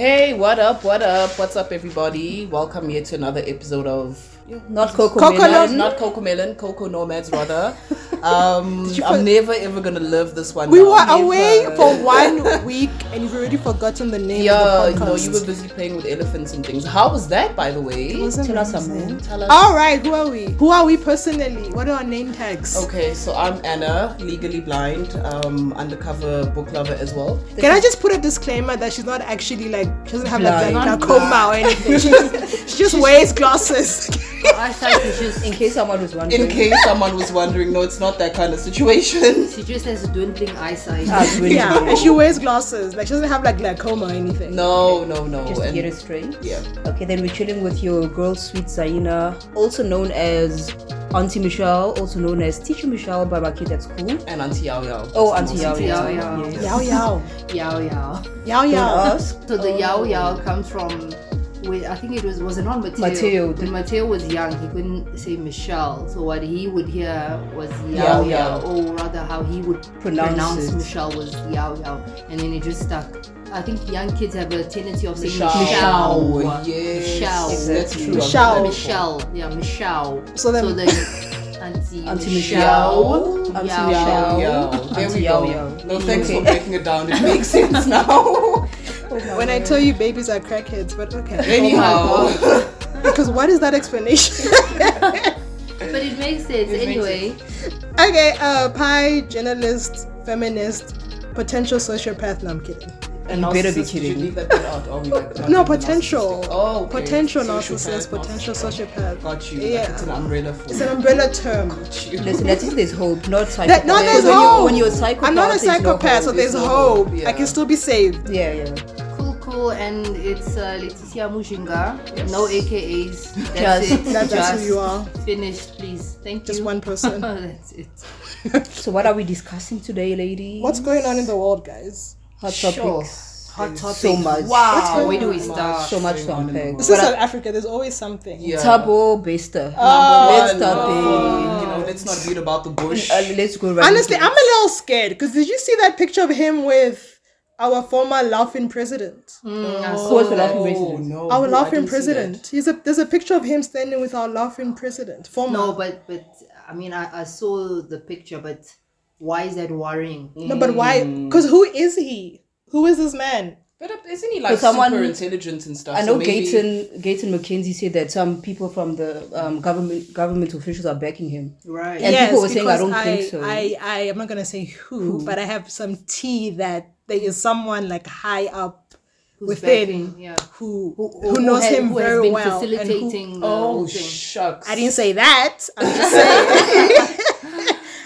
Hey, what up? What up? What's up, everybody? Welcome here to another episode of not Coco, Coco Melon, Lo- not Coco Melon, Coco Nomads rather. Um, I'm never ever gonna live this one. We down. were Never. away for one week and you've already forgotten the name Yeah, of the no, podcast. you were busy playing with elephants and things. How was that, by the way? It was Tell us amazing. something. Tell us. All right, who are we? Who are we personally? What are our name tags? Okay, so I'm Anna, legally blind, um, undercover book lover as well. Can I just put a disclaimer that she's not actually like she doesn't have like Blind. a glaucoma or anything. She just, she just wears glasses. eyesight issues in case someone was wondering. In case someone was wondering, no, it's not that kind of situation. She just has a dwindling eyesight. yeah, and she wears glasses. Like she doesn't have like glaucoma or anything. No, no, no. Just to and- get it straight. yeah. Okay, then we're chilling with your girl, Sweet Zaina, also known as Auntie Michelle, also known as Teacher Michelle by my kid at school. and Auntie Yao Yao. Oh, Auntie Yao Mostly Yao. Auntie Yao Yao yao. Yao Yao. Yao Don't yao. ask. So the Yao Yao comes from, wait, I think it was, was it not Mateo? Mateo. When Mateo was young, he couldn't say Michelle. So what he would hear was Yao. Yao Yao, or rather how he would Pronounce pronounce, it. Michelle was Yao Yao. And then it just stuck. I think young kids have a tendency of saying Michelle. Michelle. Yes. Michelle. That's true. Michelle. I've heard that Michelle. Yeah, Michelle. So then- Auntie, Auntie Michelle. Michelle. Auntie before. Yao Michelle. Yao. There Auntie we Yao go. Yao. No, thanks Okay. for breaking it down. It makes sense now. When I tell you babies are crackheads, but okay. Anyhow, Because what is that explanation? But it makes sense makes anyway. Okay, uh, pie, journalist, feminist, potential sociopath. No, I'm kidding. and You better be narcissist, did you kidding. leave that bit out? Oh, we might not No, have the potential. narcissistic. Oh, okay. Potential Sociopath, narcissist, potential sociopath. Got you. Yeah. Like it's an umbrella for It's an umbrella term. you. Listen, at least there's hope, not That, psychopath. no, there's when hope. You, when you're a psychopath, I'm not a there's no psychopath, so hope. there's There's no hope. hope, I can yeah. still be saved. Yeah, yeah. Cool, cool, and it's uh, Leticia Mujinga. No AKAs. That's Just- it. That- that's who you are. Finished, please. Thank Just you. one person. that's it. So what are we discussing today, lady? What's going on in the world, guys? Hot Sure. topics. Hot There's topic. So much. Wow. Where do we So much start? So much going to on in the unpack. world. This is But I- South Africa. There's always something. Yeah. Tabo Bester. Oh, Let's stop You know, let's not beat about the bush. Uh, let's go right. Honestly, into I'm a little scared because did you see that picture of him with our former laughing president? Hmm, it. Who was the last Oh, president? no. Our I laughing didn't see that. president. He's a, there's a picture of him standing with our laughing president. Former. No, but but I mean, I, I saw the picture, but why is that worrying? No, but why? Because who is he? Who is this man? But uh, isn't he like So someone- super intelligent and stuff? I know so maybe- Gayton Gayton McKenzie said that some people from the um, government government officials are backing him. Right. And- people were saying, "I don't think so." I, I, am not gonna say who, but I have some tea that there is someone like high up within backing, yeah. who, who Or knows has- him who has very been well. and who- Facilitating. the Oh whole thing. shucks! I didn't say that. I'm just saying.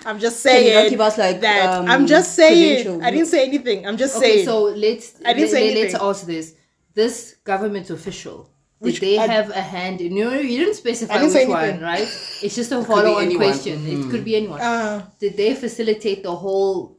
I'm just saying. you not give us, like, that? um, I'm just saying. credentials? I didn't say anything. I'm just Okay, saying. so let's I didn't let, say let, us anything. ask this. This government official, did Which- they I- have a hand in no, no, you didn't specify I didn't which say one, anything. right? It's just a follow on anyone. question. It could be anyone. Uh, did they facilitate the whole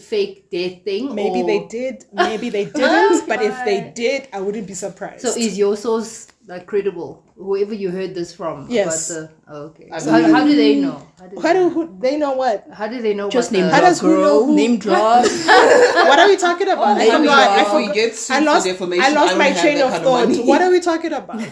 fake death thing? maybe or- they did. Maybe they didn't. but if they did, I wouldn't be surprised. So is your source like credible? Whoever you heard this from. about Yes. the- oh, okay. I So how, believe- how do they know? How do how they, do who, they know what? how do they know? Just about name the, How drop, does who know girl. who- Name drop. What are we talking about? Oh I my forgot. God. I If we forgot. get sued I for lost. defamation, I I lost don't my have train that of kind of thought. money. what are we talking about? We're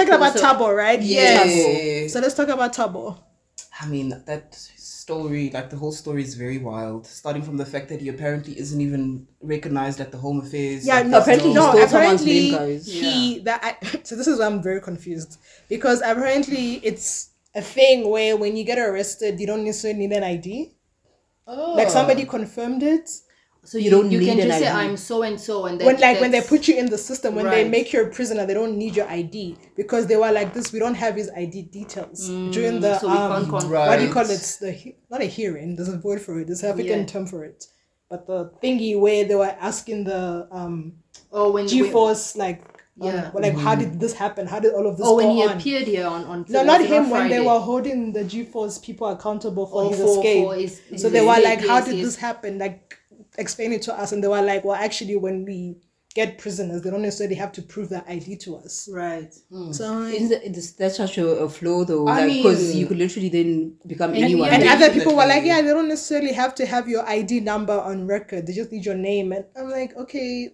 talking cool, about so- Tabo, right? Yes. So let's talk about Tabo. I mean, that story, like the whole story, is very wild. Starting from the fact that he apparently isn't even recognized at the Home Affairs. Yeah, like, no, Apparently he no, stole someone's apparently name, guys. he that I, so this is why I'm very confused because apparently it's a thing where when you get arrested, you don't necessarily need an ID. Oh. Like somebody confirmed it So You you, don't you need can an just say ID. I'm so and so and then when like when they put you in the system when they Right. make you a prisoner, they don't need your ID because they were like this. We don't have his ID details during the Mm, so we um, can't confirm. right. what do you call it? The he- not a hearing. There's a word for it. There's an African Yeah. term for it. But the thingy where they were asking the um, Oh, when G when- force like um, Yeah. like how did this happen? How did all of this? Oh, when go he on? appeared here on on No, not was it on him. When they Friday? were holding the G force people accountable for Oh, his for- for escape, his- his so they were escape, like, "How yes, did yes. this happen? Like, explain it to us." And they were like, "Well, actually, when we get prisoners, they don't necessarily have to prove their ID to us." right. So Isn't that- it's- that's such a, a flaw, though, I because mean- you could literally then become And- anyone. and and Yeah, other people were definitely. like, "Yeah, they don't necessarily have to have your ID number on record. They just need your name." And I'm like, "Okay,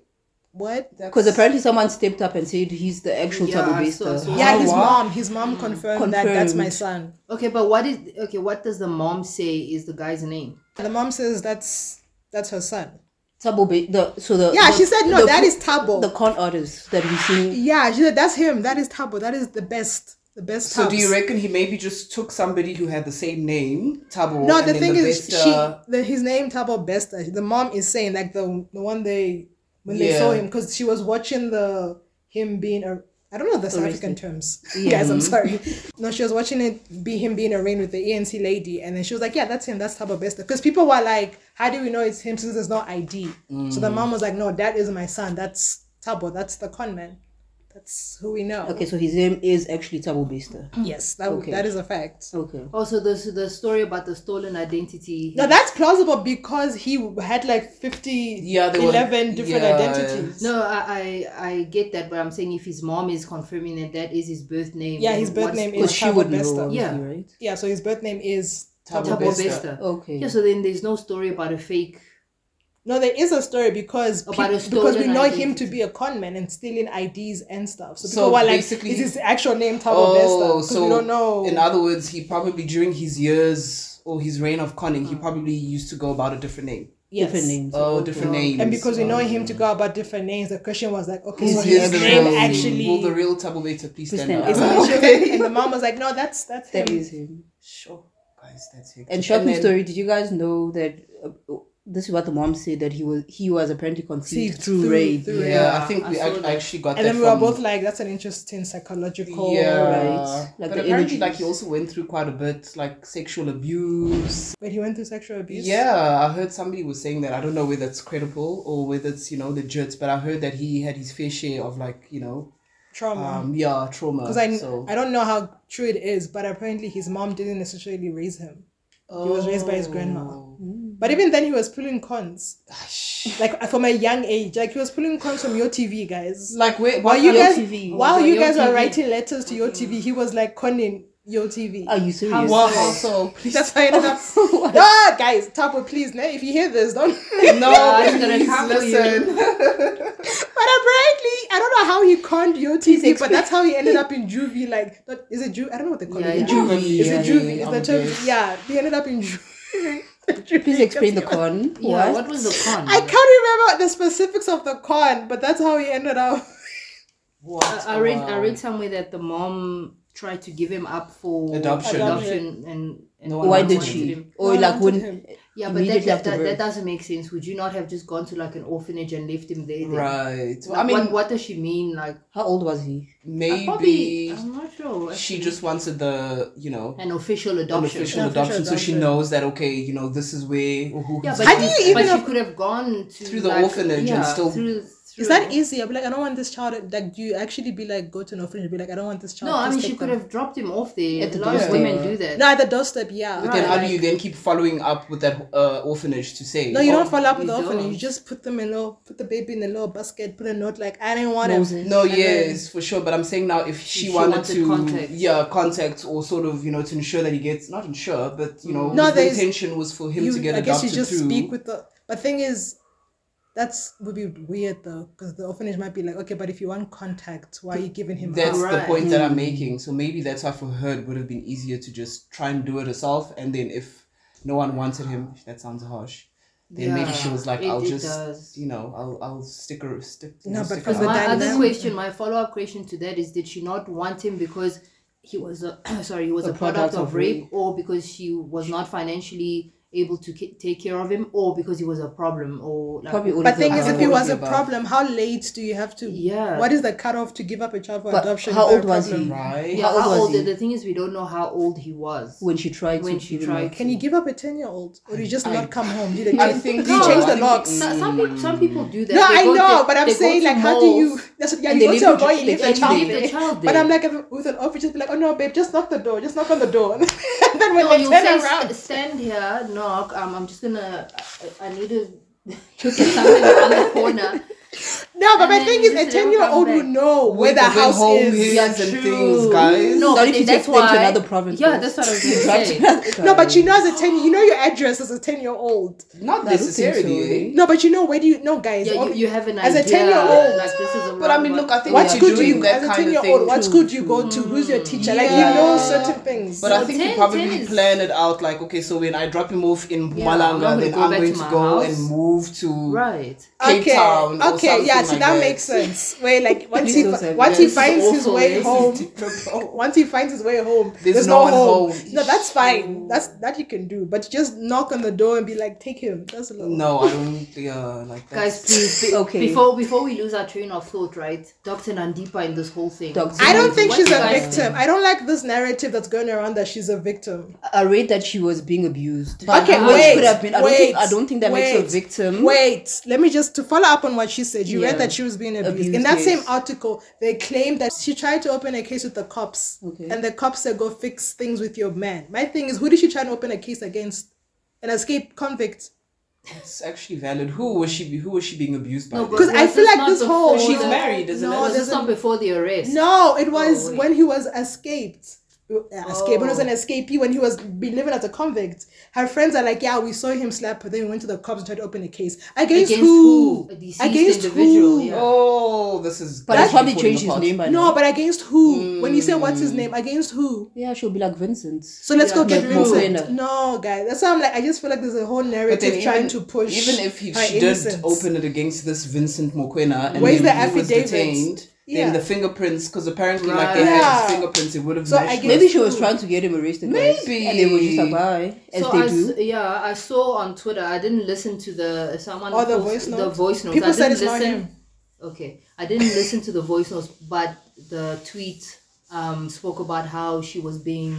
What? Because apparently someone stepped up and said he's the actual Yeah, Thabo I saw- I Bester. saw. Yeah, Oh, his wow. mom. His mom confirmed, that that's my Confirmed. son. Okay, but what is okay? What does the mom say is the guy's name? And the mom says that's that's her son. Thabo Be- the so the Yeah, the- she said no, the- that is Tabo. the con artist that we seen. yeah, she said that's him. That is Tabo. That is the best. The best. So do Tabs." you reckon he maybe just took somebody who had the same name, Tabo? No, and the then uh, thing is, Bester- she the, his name Tabo Besta. The mom is saying like the the one they when they Yeah. saw him because she was watching the him being a. I don't know the South African terms, Yeah. guys. I'm mm-hmm. sorry. No, she was watching it be him being arraigned with the ANC lady, and then she was like, "Yeah, that's him. That's Tabo Besta." Because people were like, "How do we know it's him since there's no ID?" So Mm. the mom was like, "No, that is my son. That's Tabo. That's the con man. That's who we know." Okay, so his name is actually Thabo Bester. Yes, that that is a fact. Okay. Also, the Oh, so the story about the stolen identity. No, that's plausible because he had like 50, Yeah, there were- 11 different yeah. identities. No, I, I I get that, but I'm saying if his mom is confirming that that is his birth name. Yeah, his then birth what's- name is- Because she Thabo would Bester. know, obviously, Yeah. right? Yeah, so his birth name is Thabo Thabo Thabo Bester. Besta. Bester. Okay. Yeah, so then there's no story about a fake. No, there is a story because About peop- a because we stolen know him identity. to be a con man and stealing IDs and stuff. So people So were like, basically- is his actual name Tabo Besta? Oh, Because so we don't know. in other words, he probably during his years or his reign of conning, Mm. he probably used to go about a different name. Yes. Different names. Oh, different names. And because we know him to go about different names, the question was like, okay, Is so Who's he his um, the name real, actually Will the real Tabo Beta please Please stand, stand up? up. is Oh, actually- okay. And the mom was like, no, that's that's him. That is him. Sure. Guys, that's hectic. And shocking then- story. Did you guys know that? Uh, this is what the mom said that he was he was apparently conceived Conceived through, through- rape. through- Yeah, Yeah, I think I we saw act- that. actually got and that then we were from- both like, that's an interesting psychological. yeah. right? Like but the apparently, energies. like he also went through quite a bit, like sexual abuse. When he went through sexual abuse. Yeah, I heard somebody was saying that. I don't know whether it's credible or whether it's you know legit, but I heard that he had his fair share of like you know, trauma. um, yeah, trauma. Because I so. I don't know how true it is, but apparently his mom didn't necessarily raise him. He was raised by his grandma. Oh. But even then, he was pulling cons. Like from a young age, like he was pulling cons from your TV guys. Like where? While what you kind of- guys, TV. while Was you on guys were YoTV? writing letters to your TV, he was like conning your TV. Are you serious? Wow, so please. That's how I ended up. No, guys, Tapo, please, no, if you hear this, don't. No, he's gonna please come for you. listen. But apparently, I don't know how he conned your TV, but explain. that's how he ended up in juvie. Like, not, is it juvie? I don't know what they call Yeah, it. yeah. Is Yeah, it juvie? I'm Is the term? dead. Yeah, he ended up in juvie. Juvie. Please explain the con. Yeah, what was the con? I can't remember the specifics of the con, but that's how he ended up. What? Uh, I, I read I read somewhere that the mom tried to give him up for Adoption. adoption and, and No one Why One did wanted she? him. Or No, like wanted when? him. Yeah, but that, Immediately that, after that, birth. that doesn't make sense. Would you not have just gone to like an orphanage and left him there? then? Right. Well, Like, I mean, what, what does she mean? Like How old was he? maybe probably I'm not sure. she just wanted the you know an official an adoption. official An official adoption, so she adoption. knows that okay, you know, this is where or who. Yeah, he's but How she, do you but even she have- could have gone to Through the like, orphanage and yeah, still- Through, through Is that easy? I'd be like, I don't want this child. Like, do you actually be like, go to an orphanage? Be like, I don't want this child. No, I Please mean take she could them. have dropped him off there. At the a lot of doorstep. women do that. No, at the doorstep, yeah. But then, how Right, do you then keep following up with that uh, orphanage to say? oh, No, you don't follow up with you the orphanage. don't. Oh, You just put them in a little, put the baby in a little basket, put a note like, I didn't want Moses. him. No, And then- yes, for sure. But I'm saying now, if she, she wanted wanted to, contact. yeah, contact or sort of, you know, to ensure that he gets not ensure, but you know, Mm. No, if the there's- intention was for him you, to get I adopted guess you just through. speak with the. But thing is, that's would be weird though, because the orphanage might be like, okay, but if you want contact, why are you giving him? that's up? the Right. point that I'm making. So maybe that's why for her it would have been easier to just try and do it herself, and then if no one wanted him, that sounds harsh. Then maybe she Yeah, was like, it- "I'll it just, does. you know, I'll, I'll stick her, stick." you No, know, but stick for her the out." my other dynamic- question, my follow-up question to that is: Did she not want him because he was a sorry he was a, product, of rape, or because she was not financially able to ki- take care of him, or because he was a problem, or like, Probably all But of them. thing is, Uh, if it what was is a it about? problem, how late do you have to? Yeah. What is the cutoff to give up a child for But adoption? how for a old was he? problem? right? yeah, How old how was old? he? The thing is, we don't know how old he was. when she tried When to she give him tried up. Can you give up a ten year old, or do you just not come home? Do they I change- think do you so. change I the think- locks? So- some people, some people do that. No, They I go- know, they- but I'm they go saying to like, how do you? malls. That's what, yeah, and you they go leave to the a boy, ch- you leave they the leave child the there. child But there. I'm like, with an office, just be like, oh no, babe, just knock the door, just knock on the door, and then when No, they you say turn "S- around, stand here, knock. Um, I'm just gonna. I, I- I need to look at something around the corner. No, but And my then thing you is, just a never ten year old come would back. know where Wait, the but then house home is. is Yeah, and things, true. guys. No, Not but if you then that's take them to why- another province. Yeah, first. that's what I was gonna say. No, but you know, as a ten, you know your address as a ten year old. Not I don't think so. necessarily. eh? No, but you know where do you? No, guys. Yeah, you, ob- you have an As a idea. 10-year-old. like this is But I mean, around look, I think what when school you're do you doing that as a kind ten year of old? thing. What school do you go to? Who's your teacher? Like you know Yeah. certain things. But I So think 10, you probably 10 is- plan it out like, okay, so when I drop him off in Yeah, I'm Malanga, gonna then go I'm back going to to my go house. and move to right. Cape Town. or Okay, yeah, something see like that makes sense. Where like once This he is fi- also once he very finds his awful, way yes. home, once he finds his way home, there's, no, one home. home. No, that's fine. That's that you can do. But just knock on the door and be like, take him. That's a little. No, I don't. Yeah, like that. Guys, please. Be, Okay. Before before we lose our train of thought, right? Dr. Nandipa in this whole thing. Dr. I don't What think do she's you a guys victim. I don't like this narrative that's going around that she's a victim. I read that she was being abused. But Okay, how- Which wait, could have been. I, wait, don't think, I don't think that makes her a wait, victim. Wait, let me just to follow up on what she said. You Yeah. read that she was being abused. Abused, In that yes. same article, they claimed that she tried to open a case with the cops, Okay. and the cops said, "Go fix things with your man." My thing is, who did she try to open a case against? An escaped convict. It's actually valid. Who was she? be- Who was she being abused by? No, then? but Because I was feel this like not this whole- before she's the- married, isn't No, it? Was there's this a- not before the arrest? No, it was wait. when he was escaped. Uh, Escaped. When he was an Oh. escapee, when he was be living as a convict, her friends are like, "Yeah, we saw him slap her." Then we went to the cops and tried to open a case against, Against who? who? A deceased Against individual, who? yeah. Oh, this is. But I that's probably before in changed the his past. name by No, now. but against who? When you say what's his Mm. name, against who? Yeah, she'll be like Vincent. So let's go Yeah, get like Mo Vincent. Rainer. No, guys, that's why I'm like. I just feel like there's a whole But narrative then trying even, to push. even if he her she did innocence. open it against this Vincent Mokwena and Where's then the he was affidavit? detained, Yeah. then the fingerprints, because apparently like they Right. had Yeah. his fingerprints, it would have So I matched. guess- Maybe she Yes, was who? trying to get him arrested. guys. Maybe. And they were just like, bye, as So they I, s- do. yeah, I saw on Twitter. I didn't listen to the someone Or the post- voice Oh, The note. voice notes. People I said didn't it's not listen. him. Okay, I didn't listen to the voice notes, but the tweet um, spoke about how she was being.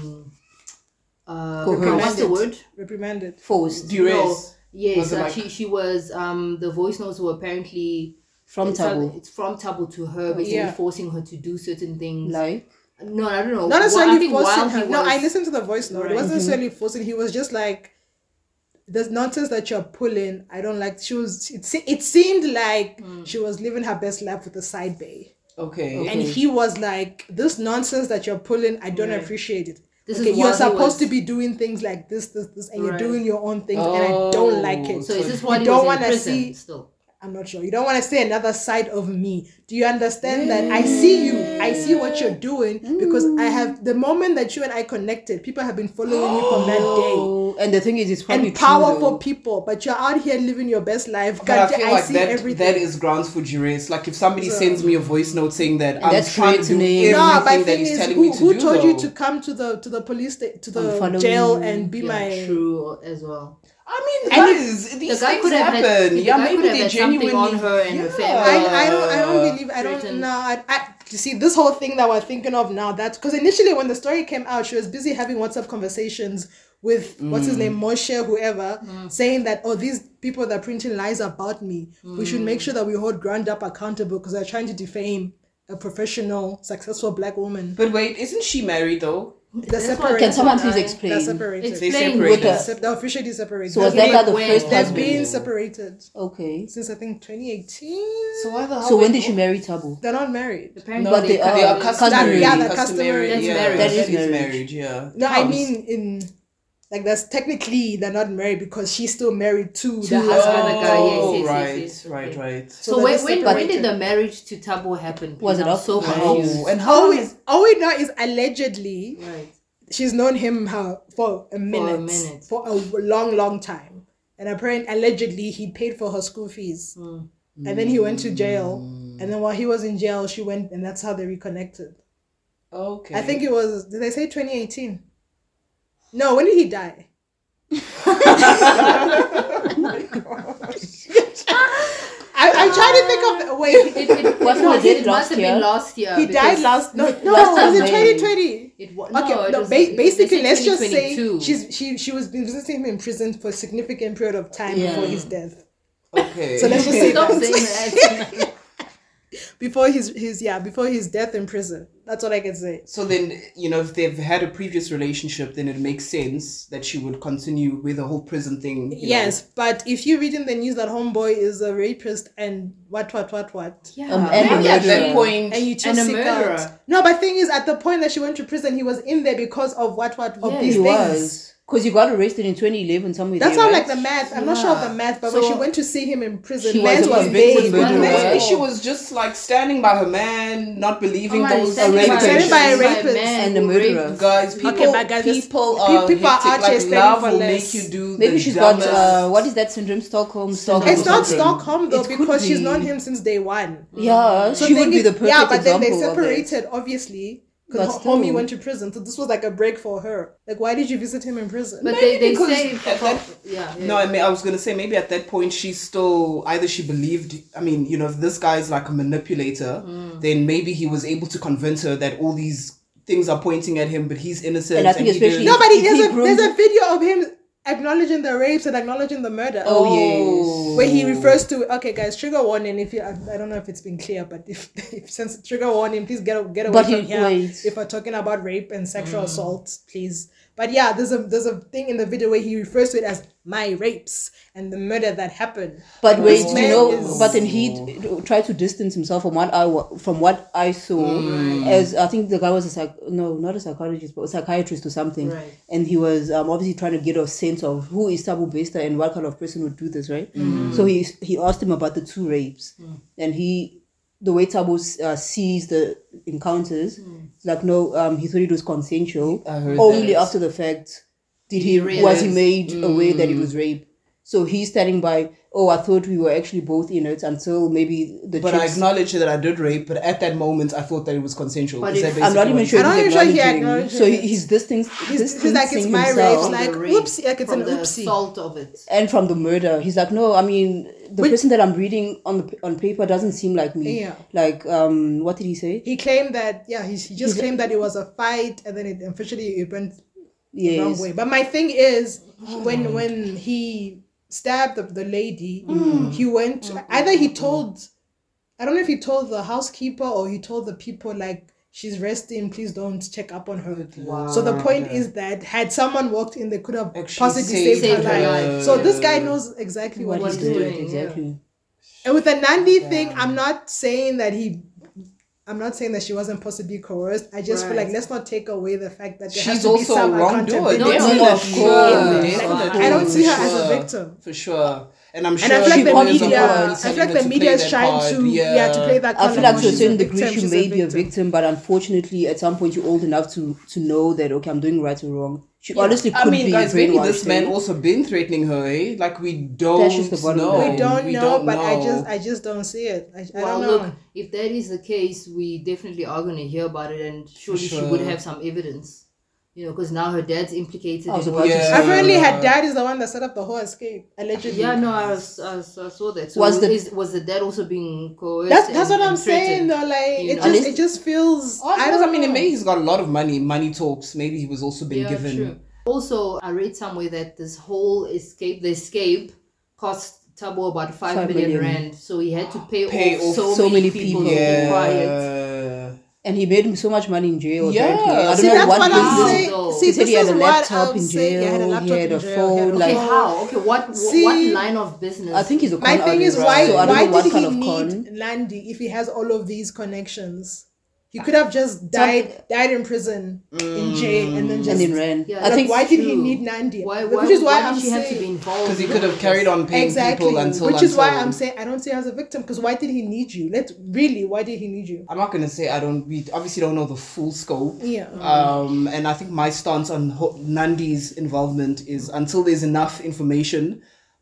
Uh, Coerced. what's the word? reprimanded. Forced duress. Yes, Was it uh, like- she she was. Um, the voice notes were apparently from it's, uh, Tabo. it's from Tabo to her, basically Yeah. forcing her to do certain things. Like, no, I don't know. Not Well, I necessarily think while forcing he her. No, was- I listened to the voice note. It Right. mm-hmm. wasn't necessarily forcing. He was just like, "There's nonsense that you're pulling. I don't like." She was. It, se- it seemed like Mm. she was living her best life with the side bay, Okay. and he was like, "This nonsense that you're pulling, I don't appreciate it." This is okay, while you're he supposed was- to be doing things like this, this, this, and you're Right. doing your own things, and I don't like it. Oh, So is this You why he don't was in wanna prison see- still? I'm not sure. You don't want to see another side of me. Do you understand that? I see you. I see what you're doing because I have the moment that you and I connected, people have been following me from that day. oh, and the thing is, it's probably And true, powerful though. people, but you're out here living your best life. But I Kante, feel like see that everything. that is grounds for duress. Like if somebody So- sends me a voice note saying that I'm that's trying to do threatening. everything No, no, but that thing he's is, telling who, me to who do, told you though. to come to the to the police sta- to I'm the following jail you. and be Yeah, my true as well. I mean, And guys, these the guy things could have had- happen. the yeah, guy could maybe have they had something genuinely on her and her family. I, I don't I don't believe I don't threatened. know I, I you see this whole thing that we're thinking of now that's because initially when the story came out she was busy having WhatsApp conversations with what's Mm. his name Moshe whoever Mm. saying that oh these people that are printing lies about me we should Mm. make sure that we hold ground up accountable because they're trying to defame a professional successful black woman But wait, isn't she married though? they're That's why- separated Can someone please Right. they're explain? separated They Explain separated. with Sep- they're officially separated So was Like that like the when? first they've husband? been separated Okay. since I think 2018 So why the hell? So when they- did she marry Tabo? they're not married Apparently, But they They are Uh, customary. yeah, they're customary. customary. That's yeah. marriage. That That is is marriage. marriage. Yeah. No, I Comes. mean in like that's technically they're not married because she's still married to, the To her husband. other guy, yes, Oh, yes, yes, right, yes, right, okay. right. So, So when, they're when, when did separated. the marriage to Tabo happen? Was it I'm after so marriage? confused. Oh, and how All long we, is all we know is allegedly Right. she's known him how, for a minute, minute. for a long, long time, and apparently allegedly he paid for her school fees, and then he went to jail, and then while he was in jail, she went, and that's how they reconnected. okay? I think it was did they say 2018? No, when did he die? I, I'm trying to think of wait. It, it, Wasn't no, it dead it must last have year? been last year. He died Uh, because last. No, no, last it was in May. 2020. It was, Okay, no, it was, ba- it- basically, they said let's just say 2022. she's she she was been visiting him in prison for a significant period of time Yeah. before his death. okay. So let's just say Stop that. saying that. before his his yeah before his death in prison. That's all I can say. So then, you know, if they've had a previous relationship, then it makes sense that she would continue with the whole prison thing. you know. Yes, but if you read in the news that homeboy is a rapist and what what what what, Yeah. Um, and Maybe at that Yeah. point, and you And a just seek murderer. out. No, but thing is, at the point that she went to prison, he was in there because of what what of Yeah, these He things. was. Because you got arrested in 2011 somewhere. That's there, how like right? the math. I'm not sure of the math, but when So- she went to see him in prison, She was math a was convicted vague. murderer. Maybe she She was was just like standing by her man, not believing those standing by- rape standing by allegations. rape man and who the murderer. raped- Guys, people, but guys, this- people pe- are people are hectic. out here like standing love for will less. make you do. Maybe the she's got, uh, dumbest- what is that syndrome? Stockholm, Stockholm. it's not something. Stockholm though It could because she's be. known him since day one. Yeah, she then would be it- the perfect Yeah, but then they example of it. separated obviously because But homie still. went to prison, so this was like a break for her. Like, why did you visit him in prison? But they, they because say at that- yeah, yeah. No, I mean, I was gonna say maybe at that point she still either she believed. I mean, you know, if this guy's like a manipulator, Mm. then maybe he was able to convince her that all these things are pointing at him, but he's innocent. And I think he didn't- especially- no, but he, If he there's, a, groomed- there's a video of him acknowledging the rapes and acknowledging the murder. Oh, yes. Where he refers to okay, guys, trigger warning. If you, I, I don't know if it's been clear, but if, if since trigger warning, please get get away But from he- here. wait. Mm. If we're talking about rape and sexual assault, please. But yeah, there's a there's a thing in the video where he refers to it as my rapes and the murder that happened. But This wait, you man know, is- but then he d- tried to distance himself from what I wa- from what I saw. As I think the guy was a psych, no, not a psychologist, but a psychiatrist or something. Right. And he was um, obviously trying to get a sense of who is Tabu Besta and what kind of person would do this, right? So he he asked him about the two rapes, and he the way Tabu uh, sees the encounters, like no, um, he thought it was consensual. I heard Only that. after the fact did he He was he realized. made aware that it Mm. was rape. So he's standing by, oh, I thought we were actually both in it until maybe the But I chips- acknowledge that I did rape, but at that moment I thought that it was consensual. But Is if- that I'm basically not even what- sure. I don't he's even sure he acknowledging. acknowledged So it. he, he's this thing. He's, he's like it's my himself. rapes, like The rape oopsie, like it's from an the oopsie. salt of it. and from the murder, he's like, no, I mean, the person that I'm reading on the on paper doesn't seem like me. Yeah. Like, um, what did he say? He claimed that yeah, he, he just claimed that it was a fight, and then it officially it went wrong Yes. way. But my thing is, Oh. when when he stabbed the, the lady, Mm. he went either he told, I don't know if he told the housekeeper or he told the people like she's resting, please don't check up on her. So the point is that had someone walked in, they could have Actually possibly saved saved, her her life. life. So this guy knows exactly what, What he's he's doing. doing yeah. exactly. And with the Nandi thing, I'm not saying that he. I'm not saying that she wasn't possibly coerced. I just feel Right. like let's not take dower the fact that there has she's to be also a some wrongdoer. accountability. No, definitely. no, of Definitely. course. Definitely. I don't see her as a Sure. victim. For sure. And I'm sure And I feel like she the always media, I apologized, feel you like know, the to media play is that trying part. to yeah. to play that. I colour feel like to a she's certain victim, degree she she's may be a victim. victim, but unfortunately, at some point, you're old enough to to know that okay, I'm doing right or wrong. She honestly could I mean, be guys, maybe this brainwashed, man eh? also been threatening her, eh? Like we don't just the bottom know. line. We don't know, but I know. just I just don't see it. I, I well, don't know. look, if that is the case, we definitely are going to hear about it, and surely she would Sure. have some evidence, you know, because now her dad's implicated. I was in about what- to say. Apparently, Uh, her dad is the one that set up the whole escape. Allegedly, yeah, no, I, was, I, was- I saw that. So Was the- is, was the dad also being coerced? That's and- that's what and I'm saying threatened? though. Like you it know. just Unless- it just feels. Oh, I, I suppose, don't I mean, know. maybe he's got a lot of money. Money talks. Maybe he was also been Yeah, given. true. Also, I read somewhere that this whole escape, the escape, cost Tabo about five Five million million. rand. So he had to pay, Pay off, off so, so many many people. people. to be quiet. Yeah. and he made so much money in jail. Yeah. apparently. I don't See, know that's what what business I'm business- though. saying. He See, said this he had is a what laptop I'm in saying. jail. Yeah, He had a in jail, he had phone. a Okay, Like, phone. how? Okay, what? See, what line of business? I think he's a con My thing is artist, why so I don't why know what did he kind of con. need Landy if he has all of these connections? He could have just died died in prison in jail and then just Mm. and in Ren. Yeah, I Like, think why did he true. need Nandi? Why, why, Which is why, why I'm did she saying have to be involved? Because he could have carried on paying exactly. people until. Which is why until- I'm saying I don't see her as a victim because why did he need you? Let really why did he need you? I'm not gonna say I don't. We obviously don't know the full scope. Yeah. Um, and I think my stance on Ho- Nandi's involvement is until there's enough information,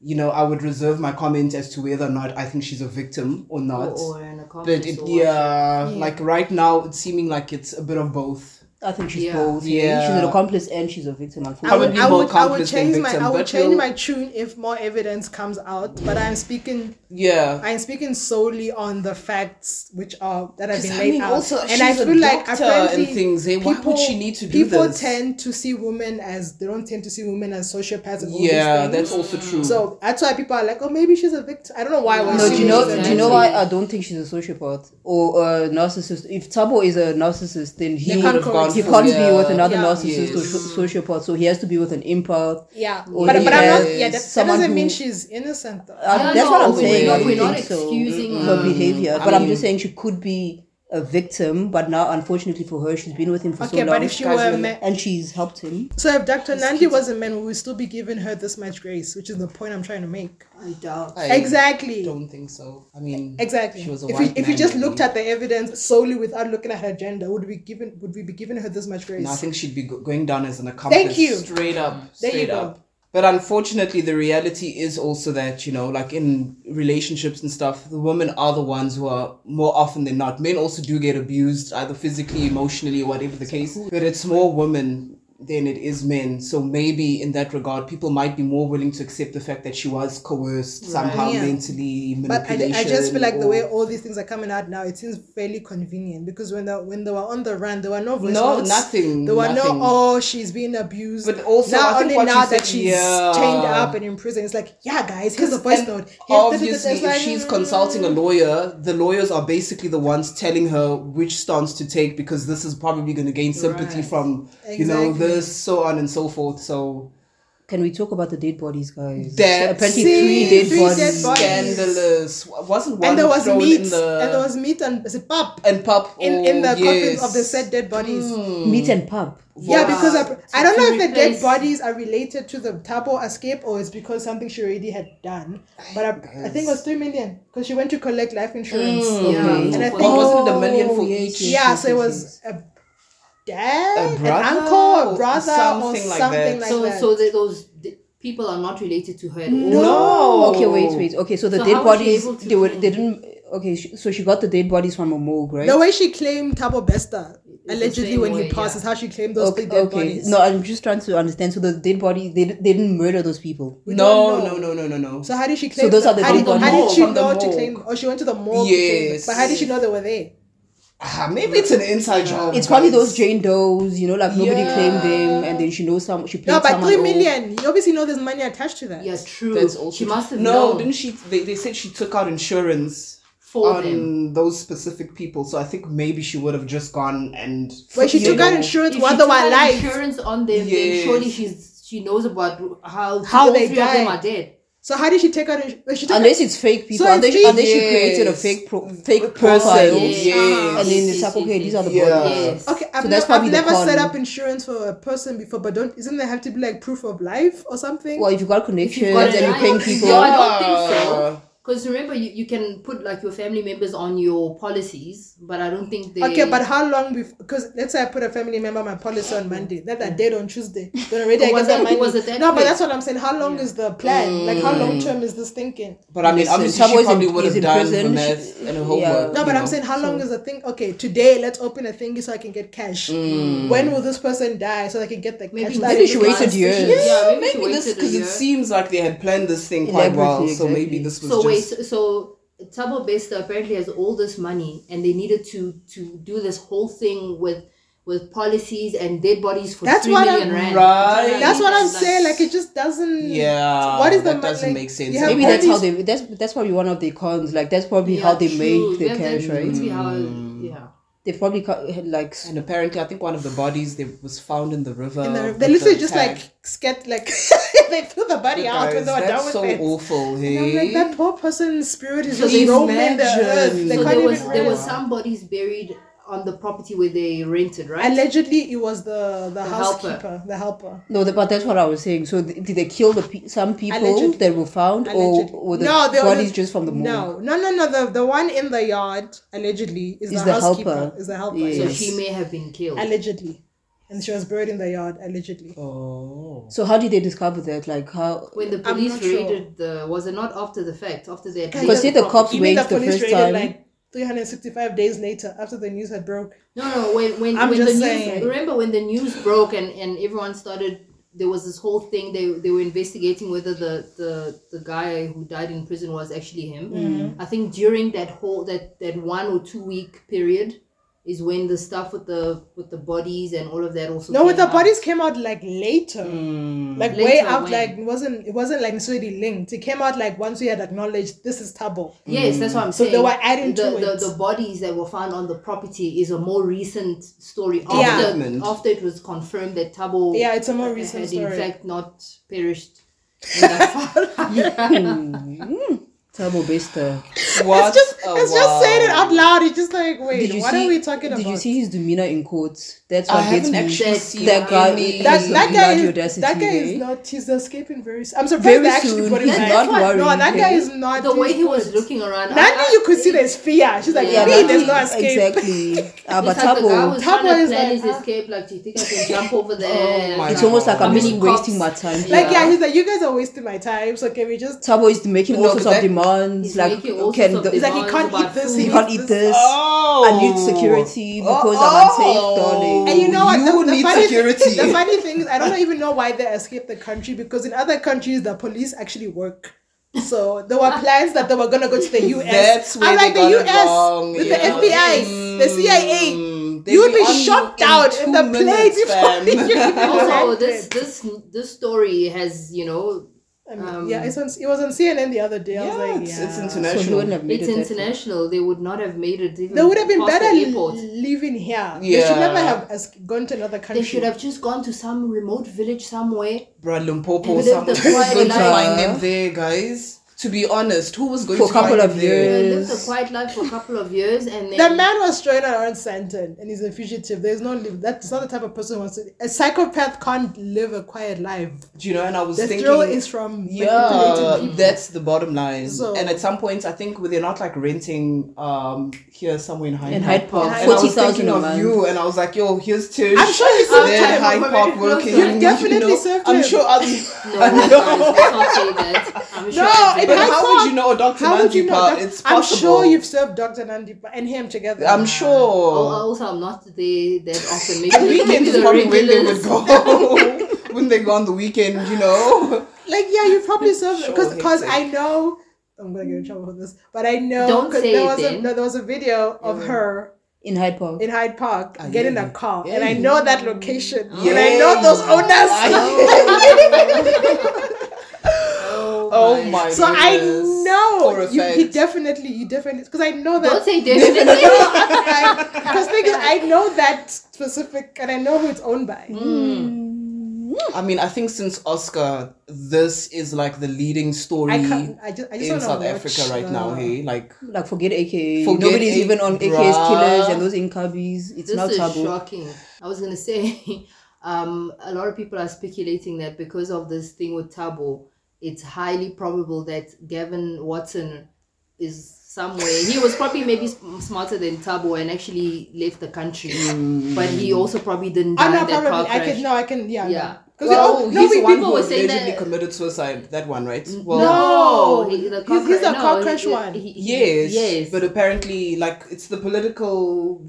you know, I would reserve my comment as to whether or not I think she's a victim or not. Oh, Or an accomplice. but it, or what. yeah, like right now, it's seeming like it's a bit of both. I think she's Yeah. both. Yeah. Yeah. she's an accomplice and she's a victim. I Unfortunately, would, Probably I more would, I would accomplice than change my, victim, I would but change you'll- my tune if more evidence comes out. But I'm speaking, Yeah. I'm speaking solely on the facts which are that have 'Cause been I laid mean, out. also, she's a doctor and things, eh? Why would she need to do people this? tend to see women as they don't tend to see women as sociopaths and all these yeah, things. that's also true. So that's why people are like, oh, maybe she's a victim. I don't know why. I was No, do you assuming know? she's a Do you know victim. why I don't think she's a sociopath or a narcissist? If Tabo is a narcissist, then he They can't correct he him. can't Yeah. be with another Yeah. narcissist or Yes. so- sociopath, so he has to be with an empath. Yeah, Or but, but I'm not. yes, Ah, Yeah, that, that someone doesn't mean who- she's innocent. Though. Uh, No, that's no, what I'm we're saying. not- I we're not think so. excusing, her um, behavior, I but I'm mean- just saying she could be a victim. But now, unfortunately for her, she's been with him for okay, so long, but if she were a man, and she's helped him. so if Dr. Nandi was a man, we would still be giving her this much grace, which is the point I'm trying to make. I doubt. I exactly. don't think so. I mean, Exactly. She was a if you white if you man, just maybe. looked at the evidence solely without looking at her gender, would we given would we be giving her this much grace? No, I think she'd be go- going down as an accomplice. Thank you. Straight up. There you Straight go. up. But unfortunately, the reality is also that, you know, like in relationships and stuff, the women are the ones who are more often than not. Men also do get abused, either physically, emotionally, whatever the case. But it's more women than it is men. So maybe in that regard, people might be more willing to accept the fact that she was coerced somehow Yeah. mentally, But I, manipulation. I just feel like the or- way all these things are coming out now, it seems fairly convenient because when the when they were on the run, there were no voice No, notes. nothing, There were nothing. no oh she's being abused. But also, I now think only what you now said- that she's yeah. chained up and in prison, it's like yeah guys, here's a voice And note. Here's Obviously, it's like, if she's mm, consulting a lawyer, the lawyers are basically the ones telling her which stance to take because this is probably going to gain sympathy Right. from you know Exactly. this, so on and so forth. So Can we talk about the dead bodies, guys? That's- apparently See, three dead three bodies. dead bodies. scandalous. Wasn't one and there was thrown meat in the and there was meat and is it pap and pop in, in the oh, yes. Hmm. coffins of the said dead bodies. Meat and pub. Yeah, Wow. because I, To- I don't to know if the replace- dead bodies are related to the Tabo escape or it's because something she already had done. But I, I think it was three million because she went to collect life insurance. Yeah. Okay. And I think Or wasn't it a million Oh, for each? yeah, so it was a dad, an uncle, a brother, something or like that. something like so that. so that those d- people are not related to her at all. No. Oh, Okay, wait, wait. Okay, so the So dead how was she bodies able to they were clean? they didn't. Okay, sh- so she got the dead bodies from a morgue, right? the way she claimed Tabo Besta allegedly same when way, he passed yeah. is how she claimed those okay, three dead okay. bodies. No, I'm just trying to understand. So the dead bodies they, di- they didn't murder those people. We No, don't no, know. no, no, no, no. So how did she claim? those are the how dead did, bodies. how did she From the know to morgue. claim? Oh, she went to the morgue. to claim them. Yes. But how did she know they were there? Ah, maybe it's an inside job. It's probably guys. those Jane Does, you know, like nobody Yeah. claimed them, and then she knows some. She played No, but someone three off. million. You obviously know there's money attached to that. Yeah, true. That's also she must have no, known didn't she? They, they said she took out insurance for on them. those specific people, so I think maybe she would have just gone and. Where she you took out know, insurance If while she they took were out alive. insurance on Yes. them, then surely she's she knows about how How all they three of them died. are dead. So how did she take out insurance? She took Unless it's fake people, So unless, it's unless she fake. created a fake pro, fake Person, profile, yes. Ah, and then it's like, okay, these are the Yeah. bodies. Yes. out- okay, I've, that's ne- I've probably the never con. set up insurance for a person before, but don't isn't there have to be like proof of life or something? Well, if you've got connections you've got and you're an paying eye- people, No, I don't think so. Yeah. Because remember, you, you can put like your family members on your policies, but I don't think they. okay, but how long before? Because let's say I put a family member on my policy on Monday, then they're dead on Tuesday. Then already I get Was that it- money. was it that no, but quick? that's what I'm saying. How long is the plan? Like how long term is this thinking? But I mean, Listen, obviously, Tabo she is in- probably would is have in done prison, her she- math and her yeah. homework. No, you but I'm know. saying, how long is the thing? Okay, today let's open a thingy so I can get cash. When will this person die so I can get the cash? Maybe Like, maybe she waited Last years. decision. Yeah, Yeah, maybe she maybe this waited a because it year. seems like they had planned this thing quite well, Elaborately, so maybe exactly. this was so wait, just. so, so Tabo Besta apparently has all this money, and they needed to to do this whole thing with with policies and dead bodies for That's three what million I'm- rand. Right. You know That's I what mean? I'm saying. Like it just doesn't. yeah, What is the that money? doesn't Like, make sense. you have Maybe all that's these- how they. That's that's probably one of the cons. Like that's probably how Yeah, they true. make their Yeah, cash, that right? could be how- yeah. They probably ca- like s- And apparently, I think one of the bodies they was found in the river. in the, with they literally the just tag. like scared, like they threw the body out Guys, when they were done that's with so it. awful. Hey, And I'm like, that poor person's spirit is So just they- roaming the earth. They Imagine. So can't there was even there was rest. some bodies buried on the property where they rented, right? Allegedly, it was the the, helper. housekeeper, the helper. no, the, but that's what I was saying. So th- did they kill the pe- some people Allegedly. that were found, Allegedly. or were Oh, the no, they were bodies just from the morgue? No, no, no, no. The the one in the yard allegedly is, Is the, the housekeeper. helper. Is the helper? Yes. so she may have been killed. allegedly, and she was buried in the yard allegedly. oh, So how did they discover that? Like how? when the I'm police not sure. raided the was it not after the fact after they had Guys, raided Because see, the property? cops waged the first time. like 365 days later after the news had broke. No, no. When when, I'm when just the saying. news remember when the news broke and and everyone started there was this whole thing they they were investigating whether the the the guy who died in prison was actually him. I think during that whole that that one or two week period is when the stuff with the with the bodies and all of that also No, with came the out. bodies came out like later. Hmm. Like way Later out, when? like it wasn't it wasn't like necessarily linked. It came out like once we had acknowledged this is Tabo. Yes, that's what I'm So saying. they were adding the, to the, it. the bodies that were found on the property is a more recent story Yeah. after Development. after it was confirmed that Tabo Yeah, it's a more recent had story. in fact not perished in that fire. Tabo Besta. What It's just a it's just saying it wow. out loud. It's just like wait, Oh, Did you what see, are we talking Did about? you see his demeanor in court? That's I what gets haven't me. actually That- seen that guy- any- that, He's that not guy the is audacity, that guy eh? is not he's escaping very soon. I'm surprised Very they actually soon. put him He's Yeah, back. not that's why- worried. No, that guy okay? is not the way he was good. looking around, Nothing you could see there's fear. She's like, Yeah, me, that there's he- no escape. Exactly. Ah, but it's like the guy Tabo, was trying Tabo to is plan like, his huh? escape. Like, do you think I can jump over Oh there? my it's almost like How I'm many just wasting my time. Yeah. Like yeah. he's like, you guys are wasting my time. So can we just? Tabo is making No, all sorts but of that- demands. He's Like, making all can sorts of the- He's like, he demands can't eat about this. food. He You can't needs eat this. Oh. I need security because I'm unsafe, darling. And you know what? Oh, You need funny security. the funny thing is, I don't even know why they escaped the country because in other countries the police actually work. So there were plans that they were gonna go to the US. That's where I'm like they the got it US wrong, with yeah. the FBI, the CIA. They'd You would be on you shot in down two in the plane minutes, before fam. you even also, landed. this this this story has you know I mean, um, yeah, it's on, it was on CNN the other day. I was Yeah, like, it's, yeah. it's So he international. wouldn't have made it's it that far. international. They would not have made it. Even They would have been past the better airport. living here. They should Yeah. never have es- gone to another country. They should have just gone to some remote village somewhere. Brad And Limpopo live someone the was quiet going to life. find them there, guys. To be honest, who was going For a to couple find of them there? years. They lived a Yes. quiet life for a couple of years and then That man was strolling around Santon and he's a fugitive. There's no live. That's not the type of person who wants to. A psychopath can't live a quiet life. Do you know? And I was The thinking, thrill is from yeah, manipulating people. that's the bottom line. So- and at some point, I think they're not like renting um here somewhere in Hyde In Park. Hyde Park, And I And I was 40,000 thinking a of month. you, and I was like, yo, here's Tish. I'm sure he served there time. at Hyde We're Park very close working. to him. you Definitely know. served I'm him. sure others. No, guys, don't say that. I'm sure No, it But everybody- has- how would you know Dr. How would you know? Nandipa? Doc- It's I'm possible. sure you've served Dr. Nandipa and him together. I'm sure. Oh, Al- Also, Oh, I'm not there that often. Maybe the weekend maybe is the probably when they would regulars- go. when they go on the weekend, you know. like yeah, you probably served Sure, because because I hectic. know I'm gonna get in trouble for this, but I know Don't 'cause say there it was a then. no, there was a video of her In Hyde Park. in Hyde Park Ah, getting yeah. a car, Yeah. and I know that location, and I Yeah. know those owners. oh my. So I goodness. For know a you, he fact. definitely, you definitely, because I know that. Don't say definitely. Because thing is, I know that specific, and I know who it's owned by. Mm. I mean, I think since Oscar, this is like the leading story I can't. I just, I just in wanna South watch uh, Africa right now. the- Hey, like Like, forget AKA. Forget Nobody's A- even on AKA's bruh. killers and those incubbies. It's This now is Tabo. shocking. I was gonna say, um, a lot of people are speculating that because of this thing with Tabo, it's highly probable that Gavin Watson is somewhere. He was probably maybe sm- smarter than Tabo and actually left the country, but he Mm. also probably didn't Oh die no, in that car probably. I crash. can. No, I can. Yeah. Yeah. Because well, we all, he's no, we, the one people who were saying allegedly that- committed suicide. That one, right? Mm, No, he- the he's- car he's cra- the car crash he- one. he- he- Yes, yes. but apparently, like it's the political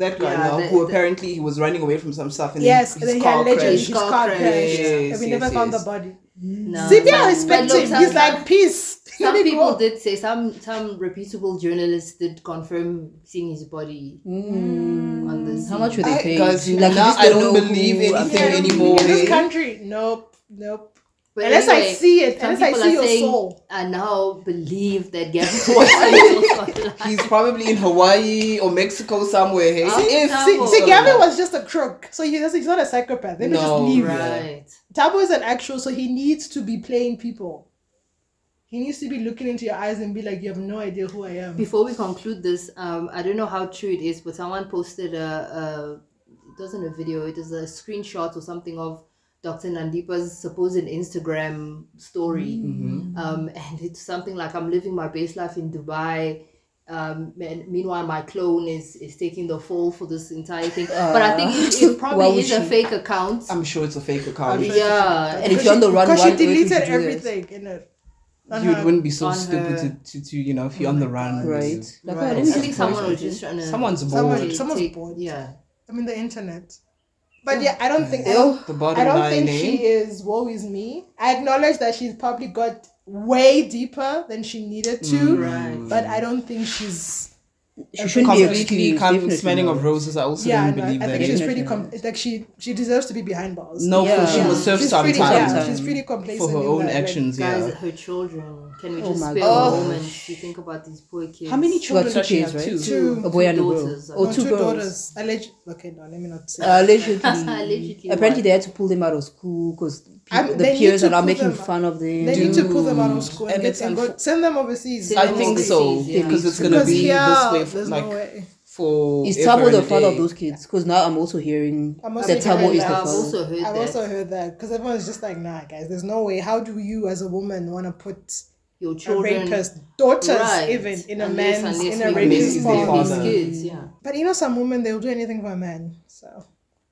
that guy Yeah, now the- who the- apparently he was running away from some stuff and Yes, his, and then he car allegedly crashed. his Car car crashed, crashed. Yes, and we yes, never found the yes. body. no, CPR but- respects but look, him. some- He's like peace. Let some it people go. did say some some reputable journalists did confirm seeing his body Mm. on the How scene. much were they I- paying? guys, you now just I don't know believe who I'm anything paying. anymore. In eh? this country, nope, nope. But Unless I see it, some unless I people see are your saying, soul. I now believe that Gavin Watson is also alive. He's probably in Hawaii or Mexico somewhere. Hey, Oh, If- no. See, Oh. see, Gavin was just a crook, so he doesn't, he's not a psychopath. Let me just No, leave. Right. Tabo is an actual, so he needs to be playing people. He needs to be looking into your eyes and be like, "You have no idea who I am." Before we conclude this, um, I don't know how true it is, but someone posted a, a it wasn't a video, it is a screenshot or something of Dr. Nandipa's supposed Instagram story. Um, and it's something like I'm living my best life in Dubai. Um, and meanwhile, my clone is, is taking the fall for this entire thing. but I think it, it why probably would is a she? fake account. I'm sure it's a fake account. yeah, And if you're on the run, because why she would you deleted do this? everything in it. Uh-huh. On you her- wouldn't be so on stupid her- to, to, to you know if Oh you're on the run right? Like, Right. let I me think just someone pause was it. just trying to. someone's Someone- bored. someone's take- bored. Yeah. I mean, the internet. But yeah, I don't think. I Oh. don't, The bottom I don't line think eh? she is woe is me. I acknowledge that she's probably got way deeper than she needed to, Mm, Right. but I don't think she's. She shouldn't be completely excused. can't definitely smelling not. of roses. I also yeah, didn't no, I believe think that. she's eh? pretty. Definitely Com- like she she deserves to be behind bars. no, Yeah. for she was Yeah. served she's sometimes pretty, yeah, sometimes. she's pretty for complacent her in own that, like, actions. Guys, Yeah, her children. Can we Oh just my spare God. the moments? You think about these poor kids. how many She got children two does she kids, have? right? Two. Two. A boy and a girl. daughters, I Oh, no, two girls. daughters. Alleged. Okay, no, let me not say. Uh, allegedly, Allegedly, apparently what? they had to pull them out of school because I'm- they the need peers to are now pull making them- fun of them. they need to pull them out of school and, And get it's and go, unfo- send them overseas. I think so Yeah. because it's gonna Because be here, this way there's for, like no way. for It's ever Tabo the and a father of day. those kids? Because now I'm also hearing I'm also that Tabo hearing is the that. I've I've father. also heard I've that also heard that because everyone's just like, nah, guys, there's no way. How do you, as a woman, want to put your a children rapist, daughters Right. even, in a Unless- man's, unless in a we Unless he's rapist's raise their body? father. these kids, yeah. But you know, some women they'll do anything for a man. So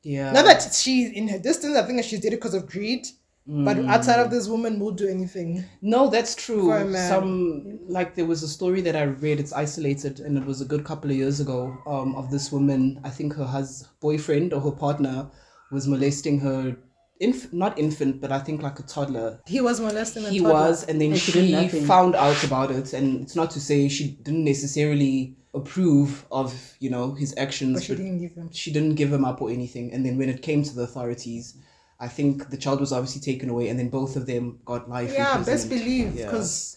Yeah. not that she, in her distance, I think that she did it because of greed. But Mm. outside of this woman, will do anything. No, that's true. For a man. Some like there was a story that I read. It's isolated, and it was a good couple of years ago. Um, of this woman, I think her hus boyfriend or her partner was molesting her, inf- not infant, but I think like a toddler. He was molesting. a He toddler. was, and then And she she, did nothing. found out about it. And it's not to say she didn't necessarily approve of you know his actions, But she didn't give him. she didn't give him up or anything. And then when it came to the authorities, I think the child was obviously taken away, and then both of them got life. Yeah, best imprisonment. believe Yeah. because.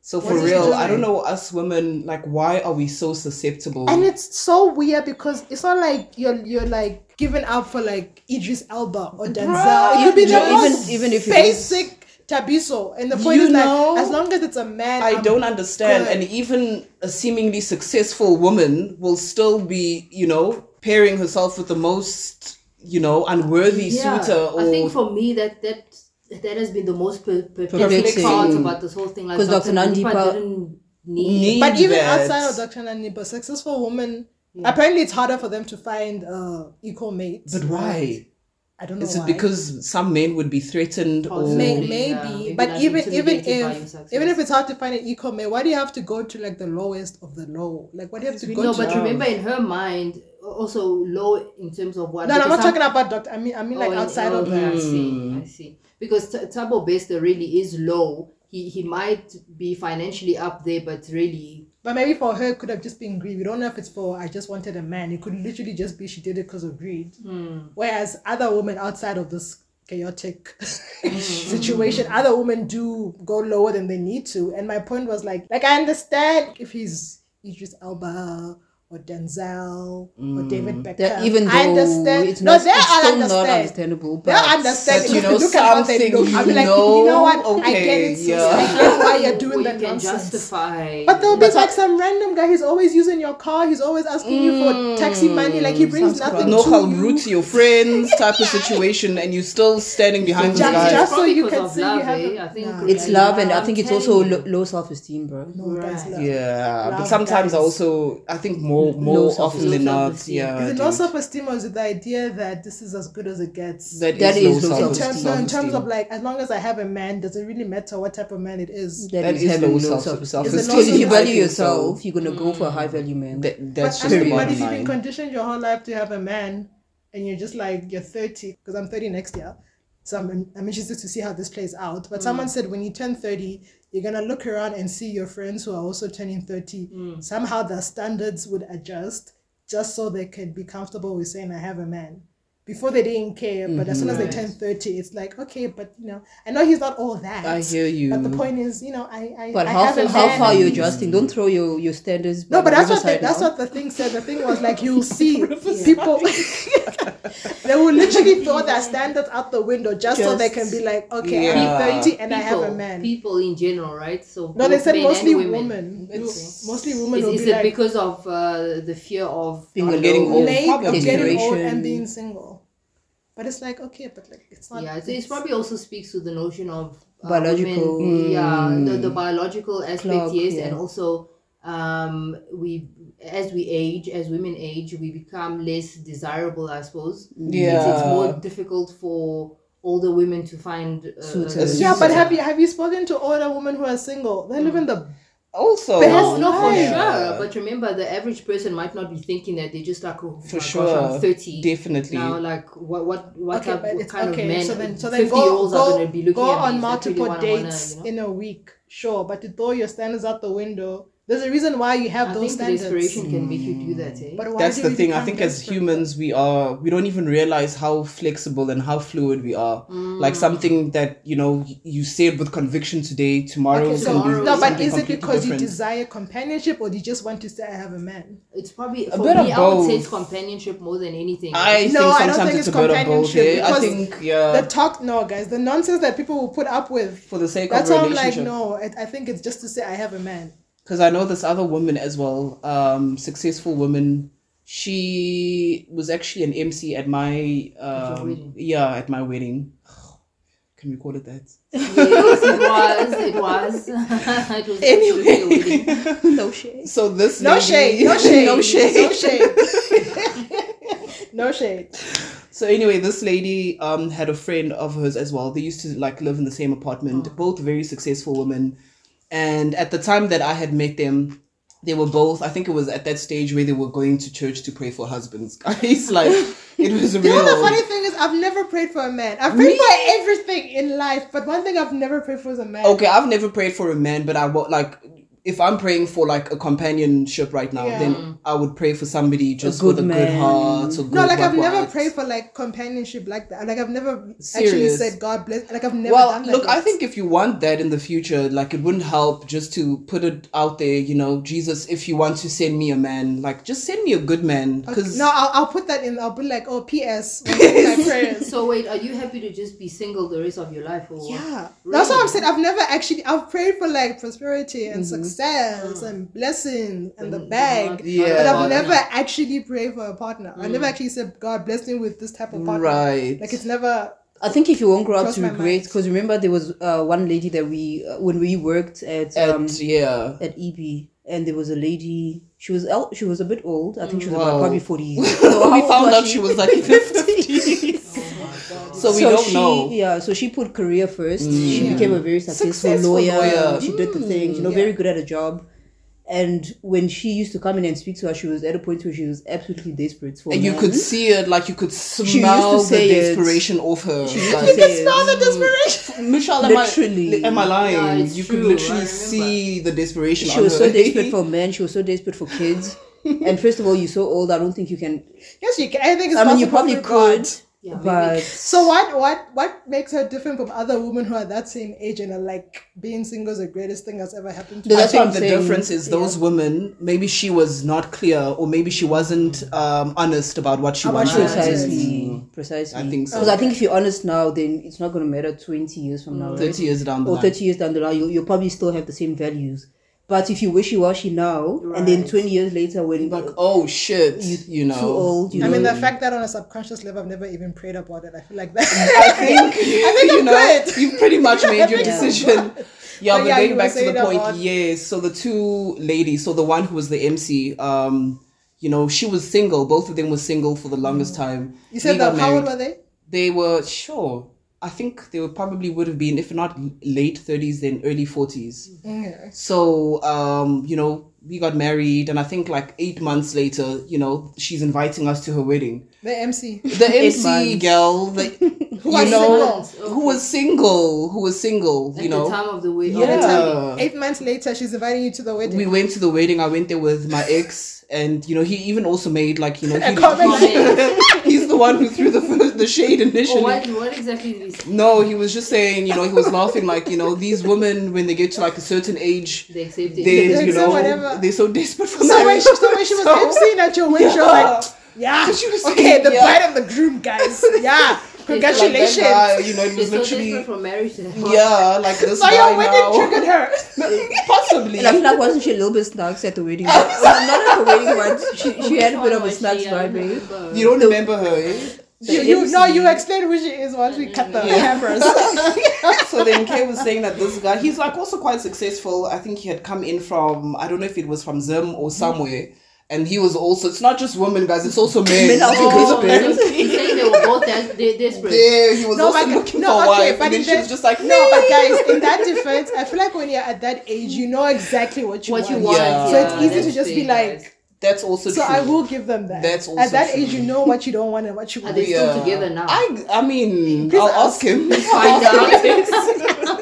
So What for is real, it I don't doing? know us women like why are we so susceptible? And it's so weird because it's not like you're you're like giving up for like Idris Elba or Denzel. it Ah, could be the yeah, most even- even if it is- basic tabiso. And the point You is know, that as long as it's a man, I I'm- don't understand. good. And even a seemingly successful woman will still be, you know, pairing herself with the most, you know, unworthy suitor or I think for me that that that has been the most per- perplexing Perplexing. part about this whole thing. Like 'Cause Dr. Nandipa Nandipa- didn't need. need but even that. outside of Dr. Nani, but successful women apparently it's harder for them to find uh equal mates. But why? I don't know. Is it why. because some men would be threatened or May, Oh, Yeah, maybe, maybe but not even even intimidated by your if success. even if it's hard to find an equal mate, why do you have to go to like the lowest of the low? Like, why do you have to go No, to? but job. remember in her mind also low in terms of what. no, no, I'm not because talking about doctor. I mean, I mean some- like oh, and- outside oh, of that. I see. I see. Because T- Tabo Bester really is low. He he might be financially up there, but really But maybe for her, it could have just been greed. We don't know if it's for I just wanted a man. It could literally just be she did it because of greed. Whereas other women outside of this chaotic situation, other women do go lower than they need to. And my point was like, like I understand if he's Idris Elba or Denzel or David Beckham. That even though I understand. it's not, no, they it's are still understand. not understandable. They But are But understanding. you If know look at how they something, look, you I'm like, you know know, what? I okay, get it. sis. yeah. I get why you're doing or that you can nonsense. justify. But there'll be like some random guy. He's always using your car. He's always asking you for taxi money. Like he brings nothing no how to you. root to your friends type of situation and you're still standing behind Just- this guy? just- so Probably you because can of see you love, have eh? a- I think Nah. could it's be love, love. and I I'm think it's telling also you. lo- low self esteem, bro. No, that's Right. love. yeah, Love but sometimes I guys. also I think more more Low often than self-esteem. not, yeah. Is it dude. low self esteem or is it the idea that this is as good as it gets? That is low in self-esteem. terms, no, in terms of self-esteem. like, as long is I have a man, does it really matter what type of man it is? That is having low self- self-esteem. Is it low Because if you self-esteem? Mm. value I think so. yourself, you're gonna go for a high value man. That- But that's I just mean, the Period. but if bottom you've been line. conditioned your whole life to have a man, and you're just like you're 30, because I'm 30 next year, so I'm, I'm interested to see how this plays out. But someone Mm. said when you turn 30, you're gonna look around and see your friends who are also turning 30. Mm. Somehow their standards would adjust just so they could be comfortable with saying I have a man. Before they didn't care, but as soon as they Right. Mm-hmm. turn 30, it's like, okay, but you know, I know he's not all that. I hear you. But the point is, you know, I, I But I how have far, a how man far and you're he's adjusting? Don't throw your, your standards. by no, but the that's what the, riverside that's now. what the thing said. The thing was like you'll see people they will literally throw their standards out the window just, so they can be like, okay, Yeah. I'm 30 and I have a People- man. People in general, right? So no, they both said men and mostly women. Okay. It's mostly women Is, will is be it like because of uh, the fear of Being not getting knowing? old? late of Probably. getting old Desperation. and being single. But it's like okay, but like it's not. Yeah, so it's probably also speaks to the notion of uh, Biological. women- yeah, the, the biological aspect, Clock, yes, yeah. and also um, we as we age, as women age, we become less desirable, I suppose. It's, Yeah. it's more difficult for older women to find uh, Suitors. Yeah, but have you have you spoken to older women who are single? They're living the Also, No, Best no, for life. sure. But remember, the average person might not be thinking that they just like, oh, For my gosh, sure. I'm 30. Definitely. Now, like, what, what, what, okay, type- but what it's kind okay. of men so then, so then 50 year go, olds are going go, to be looking go on at me? Is that really multiple what I wanna, dates you know? in a week, sure, but to throw your standards out the window, there's a reason why you have I those think the standards. desperation can make you do that, eh? But why that's do the we thing. I become think as desperate? humans, we are we don't even realize how flexible and how fluid we are. Like something that you know y- you said with conviction today, tomorrow Okay, is so gonna be tomorrow no, but something is it completely because different. you desire companionship or do you just want to say I have a man? It's probably, for bit me, of I would say both. it's companionship more than anything. I No, think I don't sometimes think it's, it's a bit of both. companionship Yeah? I because think yeah, The talk, no, guys, the nonsense that people will put up with. for the sake That's of why I'm like, relationship. no, I, I think it's just to say I have a man. because I know this other woman as well, um, successful woman. She was actually an MC at my um, wedding. yeah at my wedding. Can we call it that? Yes, it was. It was. it was Anyway. absolutely a wedding. no shade. So this No lady- shade, no shade, no shade. no shade, no shade. So anyway, this lady um had a friend of hers as well. They used to like live in the same apartment. Oh. Both very successful women, and at the time that I had met them, they were both. I think it was at that stage where they were going to church to pray for husbands. Guys, like it was You real. know the funny thing is, I've never prayed for a man. I've prayed for everything in life, but one thing I've never prayed for is a man. okay, I've never prayed for a man, but I would like if I'm praying for like a companionship right now, Yeah. Mm. then I would pray for somebody just good with a good man. heart. a No, good like I've never heart. prayed for like companionship like that. Like I've never actually Serious. said God bless. Like I've never Well, done that. look, I yet. think if you want that in the future, like it wouldn't help just to put it out there, you know, Jesus, if you want to send me a man, like just send me a good man. Because no, I'll, I'll put that in. I'll be like, oh, P.S. when I do my prayers. So, wait, are you happy to just be single the rest of your life? Or Yeah, Really? that's what I'm saying. I've never actually. I've prayed for like prosperity and Mm-hmm. success and blessing and Mm, the bag. Yeah. But partner. I've never actually prayed for a partner. I never actually said, God bless me with this type of partner. Right. Like it's never. I think if you won't grow up Cross to my regret, mind. because remember there was uh, one lady that we uh, when we worked at at, um, yeah. at EB, and there was a lady. She was el- she was a bit old. I think she was Mm. Wow. about probably forty. So we found out she was like in her 50s. so we don't she, know. Mm. Yeah, so she put career first. She became a very successful, Successful Mm. lawyer. lawyer. She did the thing. You know, very good at a job. And when she used to come in and speak to us, she was at a point where she was absolutely desperate for. a And you man. could Mm. see it, like you could smell the say it. desperation off her. She used to Like, say it. the desperation. Michelle, am Literally. I, am I lying? Yeah, it's you could true, I literally remember. see the desperation. She on was her. so desperate for men. She was so desperate for kids. and first of all, you're so old. I don't think you can. Yes, you can. I think it's I mean, you possible probably for God. could, Yeah, maybe. but So what? What? What makes her different from other women who are that same age and are like being single is the greatest thing that's ever happened to No, me? I that's think what the I'm saying. difference is those women. Maybe she was not clear, or maybe she wasn't um, honest about what she About wanted. she was precisely, Mm, precisely. I think so. Because I think if you're honest now, then it's not going to matter 20 years from now, right? Thirty years down the or line. 30 years down the line, you'll, you'll probably still have the same values. But if you wishy washy now, and then 20 years later, when Like oh shit, you, know. too old, you I mean, know, the fact that on a subconscious level, I've never even prayed about it. I feel like that. I think, I think you I'm know, good. you've pretty much made your decision. Yeah, But but yeah, you going were back to saying the point, about- yeah. So the two ladies, so the one who was the MC, um, you know, she was single. Both of them were single for the Mm. longest time. You said They that. got How old married. were they? they were sure. I think they were probably would have been, if not late thirties, then early forties. Okay. So, um, you know, we got married, and I think like eight months later, you know, she's inviting us to her wedding. The MC. The MC months. girl, the, who was you know, single. who was single, who was single, you At the know. time of the way, Yeah. Eight months later, she's inviting you to the wedding. We went to the wedding. I went there with my ex, and you know, he even also made like you know, he, comment. he's the one who threw the first, the shade initially. Or what, what exactly is No, he was just saying, you know, he was laughing like, you know, these women when they get to like a certain age, they accept it? they, They you say know, whatever. they're so desperate for so when marriage. she, so when she was So- emceeing at your wedding, she was like, yeah, She was okay, saying, the yeah. bride of the groom, guys. Yeah, like that congratulations. guy, you know, it They're was so desperate literally for marriage. that- yeah, like this so guy your wedding now. triggered her. Possibly. And I feel like wasn't she a little bit snarks at the wedding? well, not at the wedding, but she, she had a bit of a Which one was snarks she? I vibe. don't eh? remember. You don't remember her, eh? you, you no, you explain who she is once we cut the cameras. so then Kay was saying that this guy, he's like also quite successful. I think he had come in from, I don't know if it was from Zim or somewhere. And he was also, it's not just women, guys, it's also men. Men are Because also apparently- He's saying they they were both des- they- desperate. Yeah, he was No, also but- looking no, for a okay, wife, but and then in she was that- just like, No, but guys, in that defense, I feel like when you're at that age, you know exactly what you What you want. want. Yeah. So it's Yeah, easy to that's just be big, like. guys. that's also So true. I will give them that. That's also at that true. age, you know what you don't want and what you Are want. they Yeah. still together now? I, I mean, Please I'll ask. ask him. Find out.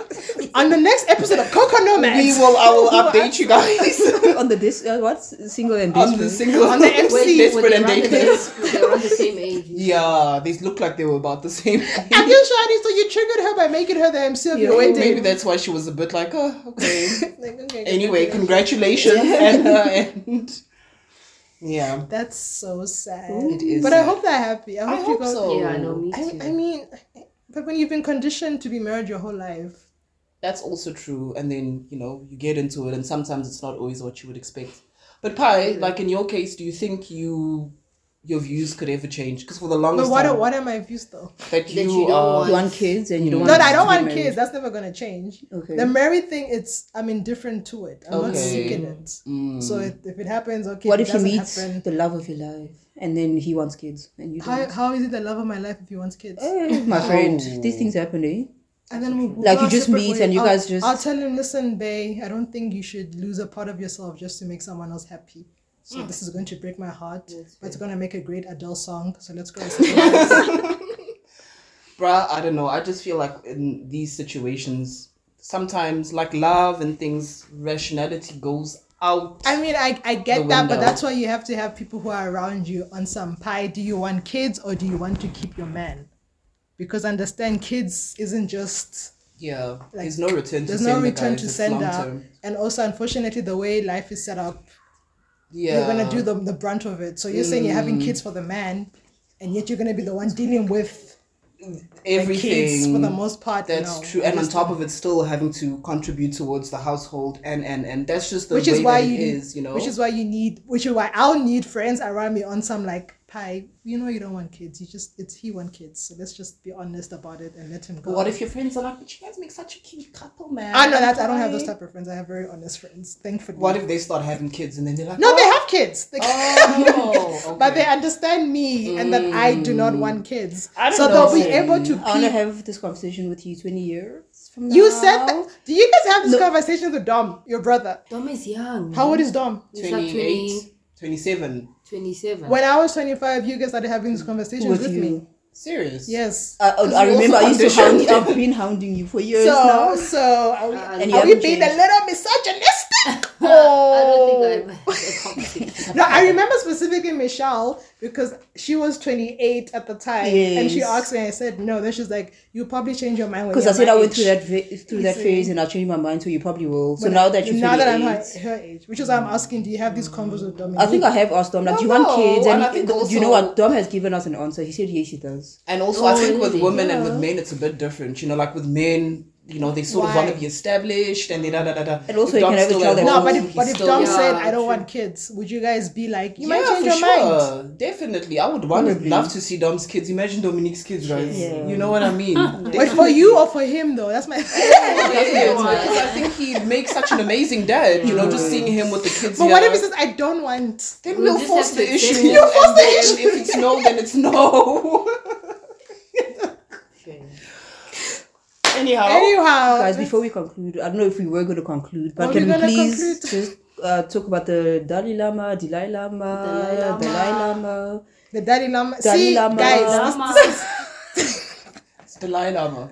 On the next episode of Coco Nomads, we will. I will update you guys on the dis- uh, what single and on the this single On the MC. Wait, were desperate they and around the dating. same- were they around the same age? Yeah, they look like they were about the same. age. I'm just So you triggered her by making her the MC of your Maybe, wedding. maybe that's why she was a bit like, oh, okay. Like, okay, anyway, okay. congratulations, Anna, and yeah, that's so sad. it is. But I hope they're happy. I hope, I you hope got. so. Yeah, no, me I, too. I mean, but when you've been conditioned to be married your whole life, That's also true. And then, you know, you get into it and sometimes it's not always what you would expect. But Mm-hmm. Pi, like in your case, do you think you your views could ever change? Because for the but longest what are, time what are my views though? that you, you don't are you want kids and you don't Mm. No, want no, I don't to be want married. kids. That's never gonna change. Okay. The married thing, it's I'm indifferent to it. I'm not Okay. seeking it. So if, if it happens, okay. What if if it he doesn't meets happen- the love of your life and then he wants kids and you don't? How, how is it the love of my life if he wants kids? Eh, my friend, these things happen, eh? and then we'll, we'll Like, go you our just separate meet ways. and you I'll- guys just- I'll tell him, listen, bae, I don't think you should lose a part of yourself just to make someone else happy. So this is going to break my heart, but it's going to make a great Adele song. So let's go. bruh, I don't know. I just feel like in these situations, sometimes like love and things, rationality goes out. I mean, I, I The get that, but window. that's why you have to have people who are around you on some pie. Do you want kids or do you want to keep your man? Because understand, kids isn't just yeah. there's no return to there's sender, no return guys. to It's sender, long-term. and also unfortunately the way life is set up, Yeah. Mm. you're gonna do the, the brunt of it. So you're saying you're having kids for the man, and yet you're gonna be the one dealing with the everything kids for the most part. That's no. true, and on top of it, still having to contribute towards the household, and and and that's just the which way is why that you it need, is, you know. which is why you need, which is why I'll need friends around me on some like pie. You know, you don't want kids. You just it's he want kids. So let's just be honest about it and let him go. But what if your friends are like, but you guys make such a cute couple, man? I know that I don't have those Why?" type of friends. I have very honest friends. Thankfully, What if they start having kids and then they're like, no, they "Oh, have kids. They- oh, okay. Mm. But they understand me and that I do not want kids. I don't so know. they'll be able to I want to keep have this conversation with you 20 years from now. You said that. Do you guys have this conversation with Dom, your brother? Dom is young. How old is Dom? Mm-hmm. He's like 28, 27. 27. When I was 25, you guys started having these conversations with, with me. you. Serious? Yes. I, I- I you remember also I used to hound conditioned. I've been hounding you for years So, now. so are we, And you are we haven't being a changed. little misogynistic? I don't Oh. think I've had a conversation. No, I remember specifically Michelle because she was 28 at the time, and she Yes. asked me. I said no. Then she's like, "You probably change your mind." Because I said I went through that va- through that see. phase and I changed my mind, so you probably will. So now that you're now that I'm her, 28, her age, which is why I'm asking, do you have these convos with Dominic? I think I have asked Dom, like, No, do you want no, kids? and And, I think he- you know also- what? Dom has given us an answer. He said, yes, he does. And also, Oh, I think with really? women and with men, it's a bit different. You know, like with men, you know, they sort of Why? want to be established and they da da da da. And also If you can Dom's have a still child at at no, home, home. but if, he's but if still- Dom Yeah, said I don't true. want kids, would you guys be like, you might yeah, change for your mind? sure. Definitely. I would want to Probably. love to see Dom's kids. Imagine Dominique's kids, guys. Yeah. You know what I mean? But for you or for him though, that's my. Definitely, Yeah. because I think he'd make such an amazing dad, you know, just seeing him with the kids. but what here. if he says I don't want? Then We'll we'll just force have the to accept issue. it. You'll force the issue. If it's no, then it's no. Anyhow. Anyhow, Guys, before we conclude, I don't know if we were going to conclude, but Were we can we gonna please conclude? just uh, talk about the Dalai Lama, Dalai Lama, Dalai Lama. Dalai Lama? the Dalai Lama. Dalai See, Lama. guys, Llamas. It's Dalai Lama.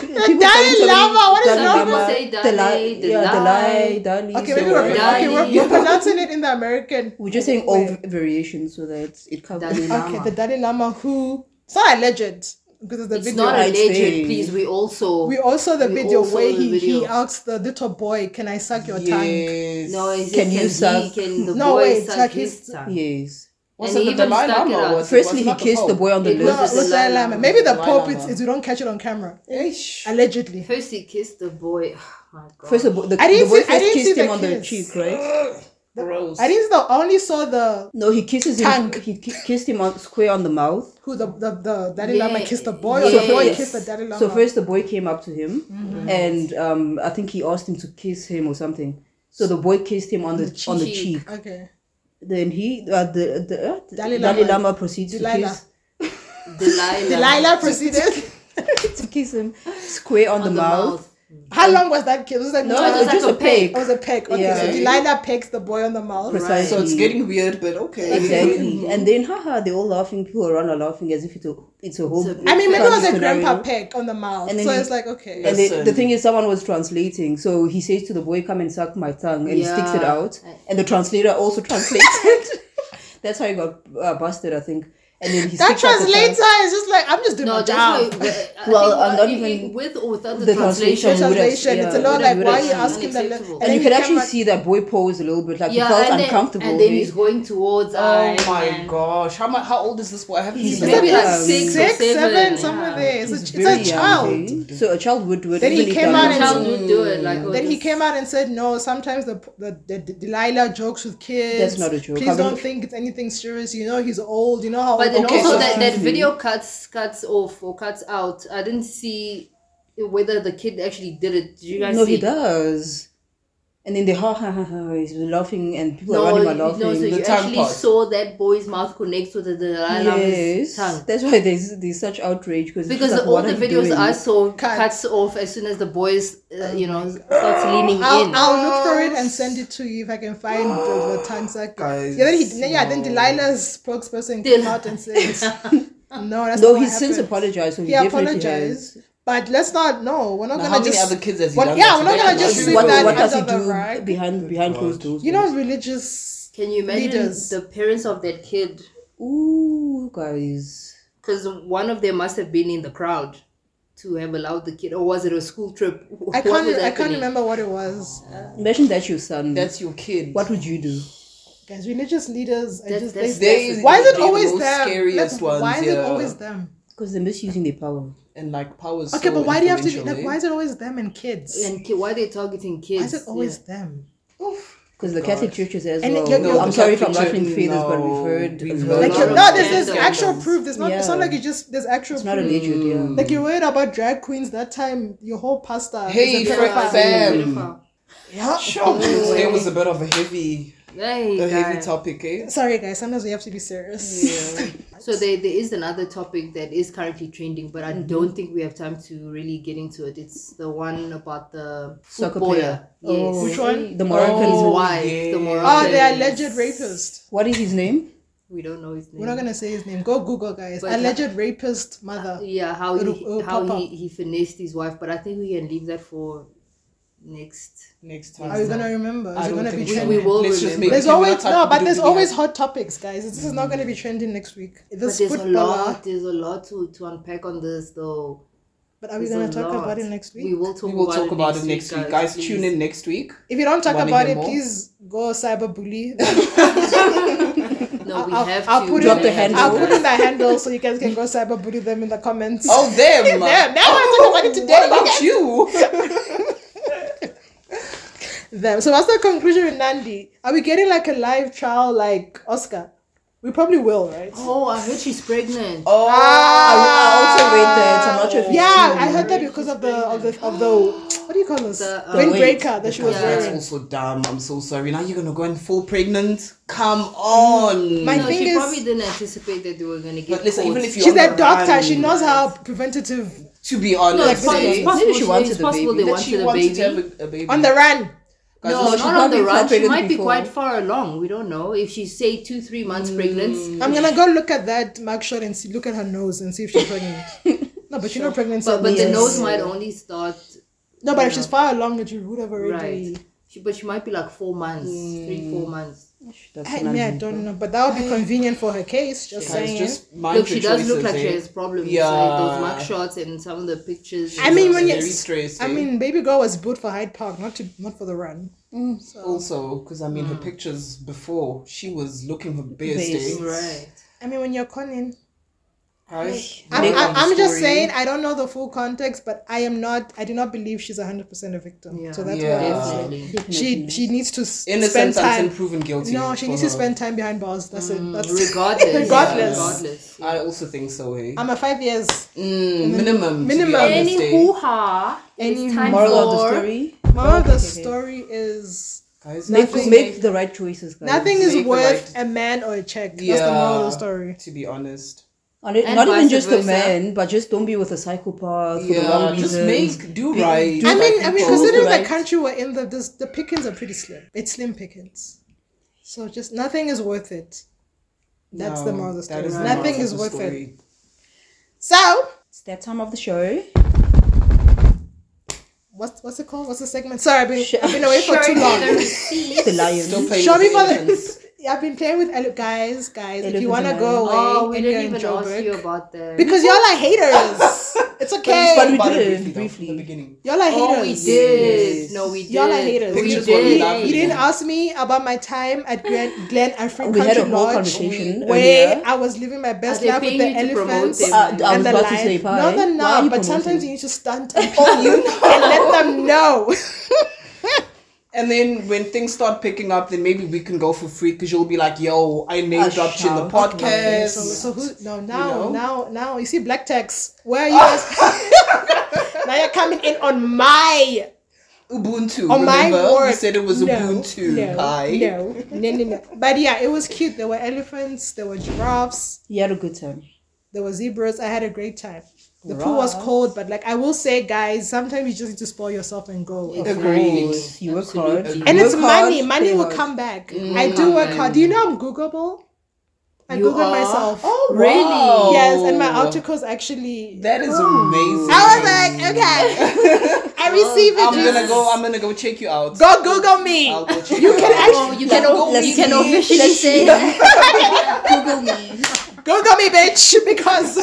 People Dalai don't tell me Lama, what is wrong with- Lama, Say Dalai, Dalai, yeah, Dalai. Dalai, Dalai. okay, so maybe we're, we're, Dalai. okay, we're, we're pronouncing it in the American. we're just saying all way. v- variations so that it covers. Dalai Lama. Okay, the Dalai Lama who it's not a legend because of the It's video. not a I'd say. legend, please. We also. we also the we video also where the he, he video. asks the little boy, "Can I suck your tongue?" Yes. no, is Can it, you can suck- He, can the No, boy wait, suck suck his his- tongue? Yes. Was And it he the even Dalai stuck it Lama? or out. Was it- was Firstly, it he not the kissed the Pope? boy on the It No, was lips. This it's is the Dalai Dalai Lama. Lama. Maybe the Dalai Pope. Lama. It's, it's we don't catch it on camera. Ish. Allegedly. First he kissed the boy. Oh my god. First of all, the, I didn't the boy see- I first didn't see kissed the him on the kiss. cheek, right? Gross. I didn't know. I only saw the No, he kisses him. Tongue. He ki- kissed him on square on the mouth. who the the, the Dalai Lama Yeah, kissed the boy, or the yes. boy Yes. kissed the Dalai Lama. So first the boy came up to him and um, I think he asked him to kiss him or something. So the boy kissed him on the, on the cheek. cheek. okay. Then he uh, the the uh, Dalai Dalai, Lama. Lama, proceeds Dalai to kiss Delilah. Delilah proceeded. to kiss him square on, on the, mouth. How long was that kiss? Was that No, it was like just a a peg. It was a peck. Okay, Yeah. so Delilah pecks the boy on the mouth. Precisely. So it's getting weird, but okay. Exactly. And then, haha, they're all laughing. People around are laughing as if it's a, it's a whole. It's a- I mean, maybe it was a Scenario. grandpa peck on the mouth. And then so he- it's like, okay. And the, the Listen. thing is, someone was translating, so he says to the boy, "Come and suck my tongue," and he sticks it Yeah. out. And the translator also translated. That's how he got uh, busted, I think. And then he that sticks out the tongue. translator is just like, I'm just doing No, my that's job. why. I Well, think I'm not i- i- even- with or without the, the translation. translation would have- Translation, it's a yeah, lot it like, would why are have you been asking that? le- unacceptable. And, then you could he came actually back- see that boy pose a little bit, like he felt and uncomfortable. Then, and then He- he's going towards. uh, Oh I, my and- gosh. How mu how old is this boy? I haven't He's seen maybe him. like Yeah. six, Six, or seven, seven, somewhere yeah. there. It's, a, He's it's very a young, child. okay? So a child would do it. Then he even if came they're out not and Child so- would do it. Like, oh, Then he this- came out and said, no, sometimes the, the, the, Delilah jokes with kids. That's not a joke. Please I don't don't- think it's anything serious. You know, he's old. You know how But old then Okay, also so that, that excuse me. video cuts cuts off or cuts out. I didn't see whether the kid actually did it. Did you guys No, see? he does. And then they ha ha ha ha. He's laughing, and people No, around him you- are no, laughing. so the you tongue actually part. saw that boy's mouth connect with the Delilah's yes, tongue. that's why there's there's such outrage because Because all the videos I saw Cut. cuts off as soon as the boys, uh, you know, starts leaning in. I'll, I'll look for it and send it to you if I can find the, the tongue suck. Guys, yeah, then he, then, yeah, then no. Delilah's spokesperson came Del- out and said, "No, that's Though not he's what since happened." apologized, so he, He definitely apologized, has. but let's not. No, we're not Now, how gonna many just. other kids has he what- done yeah, that we're to? not gonna Like, just like, see What, like, that what as does he under do the rug. behind behind Gosh. closed doors? you know, religious. Can you imagine Leaders. the parents of that kid? ooh, guys. Because one of them must have been in the crowd to have allowed the kid, or was it a school trip? I What can't. was I can't happening? remember what it was. Imagine that's your son. That's your kid. what would you do? Guys, religious leaders. I That's- just, that's- they, They- why is they're it the always most them? Scariest Like, ones. why is yeah. it always them? Because they're misusing their power. And like powers. Okay, so but why do you have to be influential, like? Why is it always them and kids? And ki- why are they targeting kids? why is it always them? Because the Catholic churches as And well. you're- you're- I'm the sorry if I'm Catholic laughing Church- feathers, but no, we've heard. we've a heard lot Like you of of- no, there's there's them. actual proof. There's not. It's not Yeah. like you just. There's actual. It's not proof. alleged, yeah. Like you're worried about drag queens that time. Your whole pasta. Hey, is a Yeah, Fred pedophile. Fam. Beautiful. Yeah. Sure. Today was a bit of a heavy, Hey, a heavy guy. topic, eh? Sorry, guys. Sometimes we have to be serious. So there, there is another topic that is currently trending, but I Mm-hmm. don't think we have time to really get into it. It's the one about the Soccer footballer. player. Yes. Which one? The Moroccan Oh, His is. wife, yeah. the Moroccan. Oh, they're alleged rapist. What is his name? Ah. We don't know his name. We're not gonna say his name. Go Google, guys. But- Uh, alleged rapist mother. yeah, how It'll- he it'll pop how up. he, he finessed his wife, but I think we can leave that for next. Next Are we time. gonna remember? Is I it don't gonna be think we- trending? we will Let's just remember. make There's it not always touch- no, but do there's the always act. hot topics, guys. This is not going to be trending next week. This but there's a footballer. lot. There's a lot to, to unpack on this, though. But are we There's going a to talk lot. about it next We week? will talk. We will about talk it about it next next week, guys. please. Tune in next week. If you don't talk Wanna about hear it, more? please go cyberbully. No, we I'll, have I'll to put Drop in, the handle. I'll put in the handle so you guys can go cyberbully them in the comments. Oh, them. Them. Now I talk about Oh, it today. What about you? them. So what's the conclusion with Nandi? Are we getting like a live trial like Oscar? We probably will, right? Oh, I heard she's pregnant. Oh, Ah. I also read that. I'm not sure if you've Yeah, seen I it. heard that because of the of the of the what do you call this? The, uh, Windbreaker that she was Yeah. That's wearing. also dumb. I'm so sorry. Now you're gonna go and fall pregnant. Come on. My no, thing she is- probably didn't anticipate that they were gonna get. but listen, caught. even if you She's a doctor. She knows how preventative. To be honest, no, eh, it's, po- it's possible. Maybe she she wanted it's the possible baby. they that she wanted a wanted baby. to have a, a baby. On the run. Guys, no, listen, she not on probably the felt run. She pregnant might be before. quite far along. We don't know if she say two, three months pregnant. I'm gonna go look at that mugshot and see, look at her nose and see if she's pregnant. no, but you know pregnancy. But, but the Yes. nose might only start. no, but if she's far along, it you would have already. Right. She, but she might be like four months, three, four months. That's I, another mean, I thing. don't know, but that would be convenient for her case. Just guys, saying. just mind Look, your she does look choices, like eh? she has problems. Yeah. Like those mug shots and some of the pictures. I mean, when very you, stressed, I eh? mean, baby girl was booked for Hyde Park, not to not for the run. Also, because I mean, her Mm. pictures before she was looking her best. Best. Eh? right. I mean, when you're conning, Guys, I'm, make I'm, up I'm the just story. saying I don't know the full context, but I am not. I do not believe she's hundred percent a victim. Yeah. So that's Yeah. why Definitely. she she needs to s- innocent spend time. until proven guilty. No, she for needs to her. Mm, spend time behind bars. That's it. That's Regardless. Regardless. Regardless. I also think so. Eh? I'm a five years. Mm, minimum. to be Minimum. honest, Any eh? hoo ha. Any It's time Moral of the for- story: Moral of the okay, okay. story is Guys, make, nothing- make the right choices, guys. nothing is Make the worth right- a man or a check. That's Yeah. the moral of the story. To be honest, And it- And not even vice just a versa. man, but just don't be with a psychopath for the yeah, wrong just reasons. make do Be- right. Um, do I mean, right I mean, people. considering Right. the country we're in, the this, the pickings are pretty slim. It's slim pickings, so just nothing is worth it. That's the moral of the that story. is the nothing moral is of the worth it. story. So It's that time of the show. what's what's it called? What's the segment? Sorry, I've been, Sh- I've been away for too long. The lion. Still paying Show me for attention. the. I've been playing with ele- guys, guys. if you want Elephants to and go away Oh, we and you're didn't in even ask you Joburg, about the. because y'all are haters. it's But okay. we About it did, though, briefly. in the beginning. Y'all are oh, we haters. did. Yes. No, we did. Y'all are haters. We Pictures did. were lovely. You didn't ask me about my time at Glen, Glen African We had Country a whole Lodge. conversation Where earlier. I was living my best Are they life with paying the you to promote elephants them? and Uh, I was the about to lion. say, no, Pai, no, why are no. you But sometimes promoting? you need to stunt on people and let them know. And then when things start picking up, then maybe we can go for free because you'll be like, "Yo, I name Ah, dropped you in the shout out. podcast." So, so who? No, now, know? now, now. You see, black text. Where are you? guys? now you're coming in on my Ubuntu. on my remember? work. We said it was no, Ubuntu. No, Hi. no, no, no, no. But yeah, it was cute. There were elephants. There were giraffes. You had a good time. There were zebras. I had a great time. The pool was cold, but like I will say, guys, sometimes you just need to spoil yourself and go. Of Agreed. course, You work hard. Absolutely. and You it's work hard, money. Money stay will hard. come back. I do come Mm. work back. hard. Do you know I'm Googleable? I You Google are? myself. Oh, Really? wow. Yes, and my articles actually. That is amazing. I was like, okay, I receive it. I'm Jesus. gonna go. I'm gonna go check you out. Go Google me. I'll go check you You can out. actually you can Google me. you can officially say Google me. Google me, bitch, because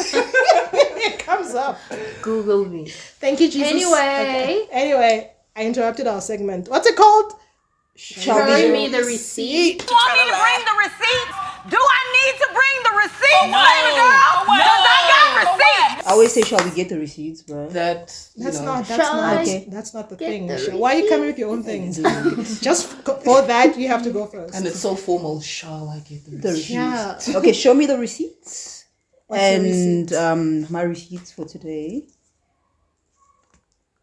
it comes up. Google me. Thank you, Jesus. Anyway. Okay. anyway, I interrupted our segment. What's it called? Show me the receipt. Do I need to bring the receipts? Do I need to bring the receipts, no. baby girl? For what? Because I got For what? receipts. I always say, shall we get the receipts, bro? That you That's know, not. That's Shall not. I Okay. That's not the thing. Michelle. Why are you coming with your own things? Just f- for that, you have to go first. And it's so formal. Shall I get the The receipt? receipts. Yeah. Okay, show me the receipts. What's your and receipt? um, my receipts for today.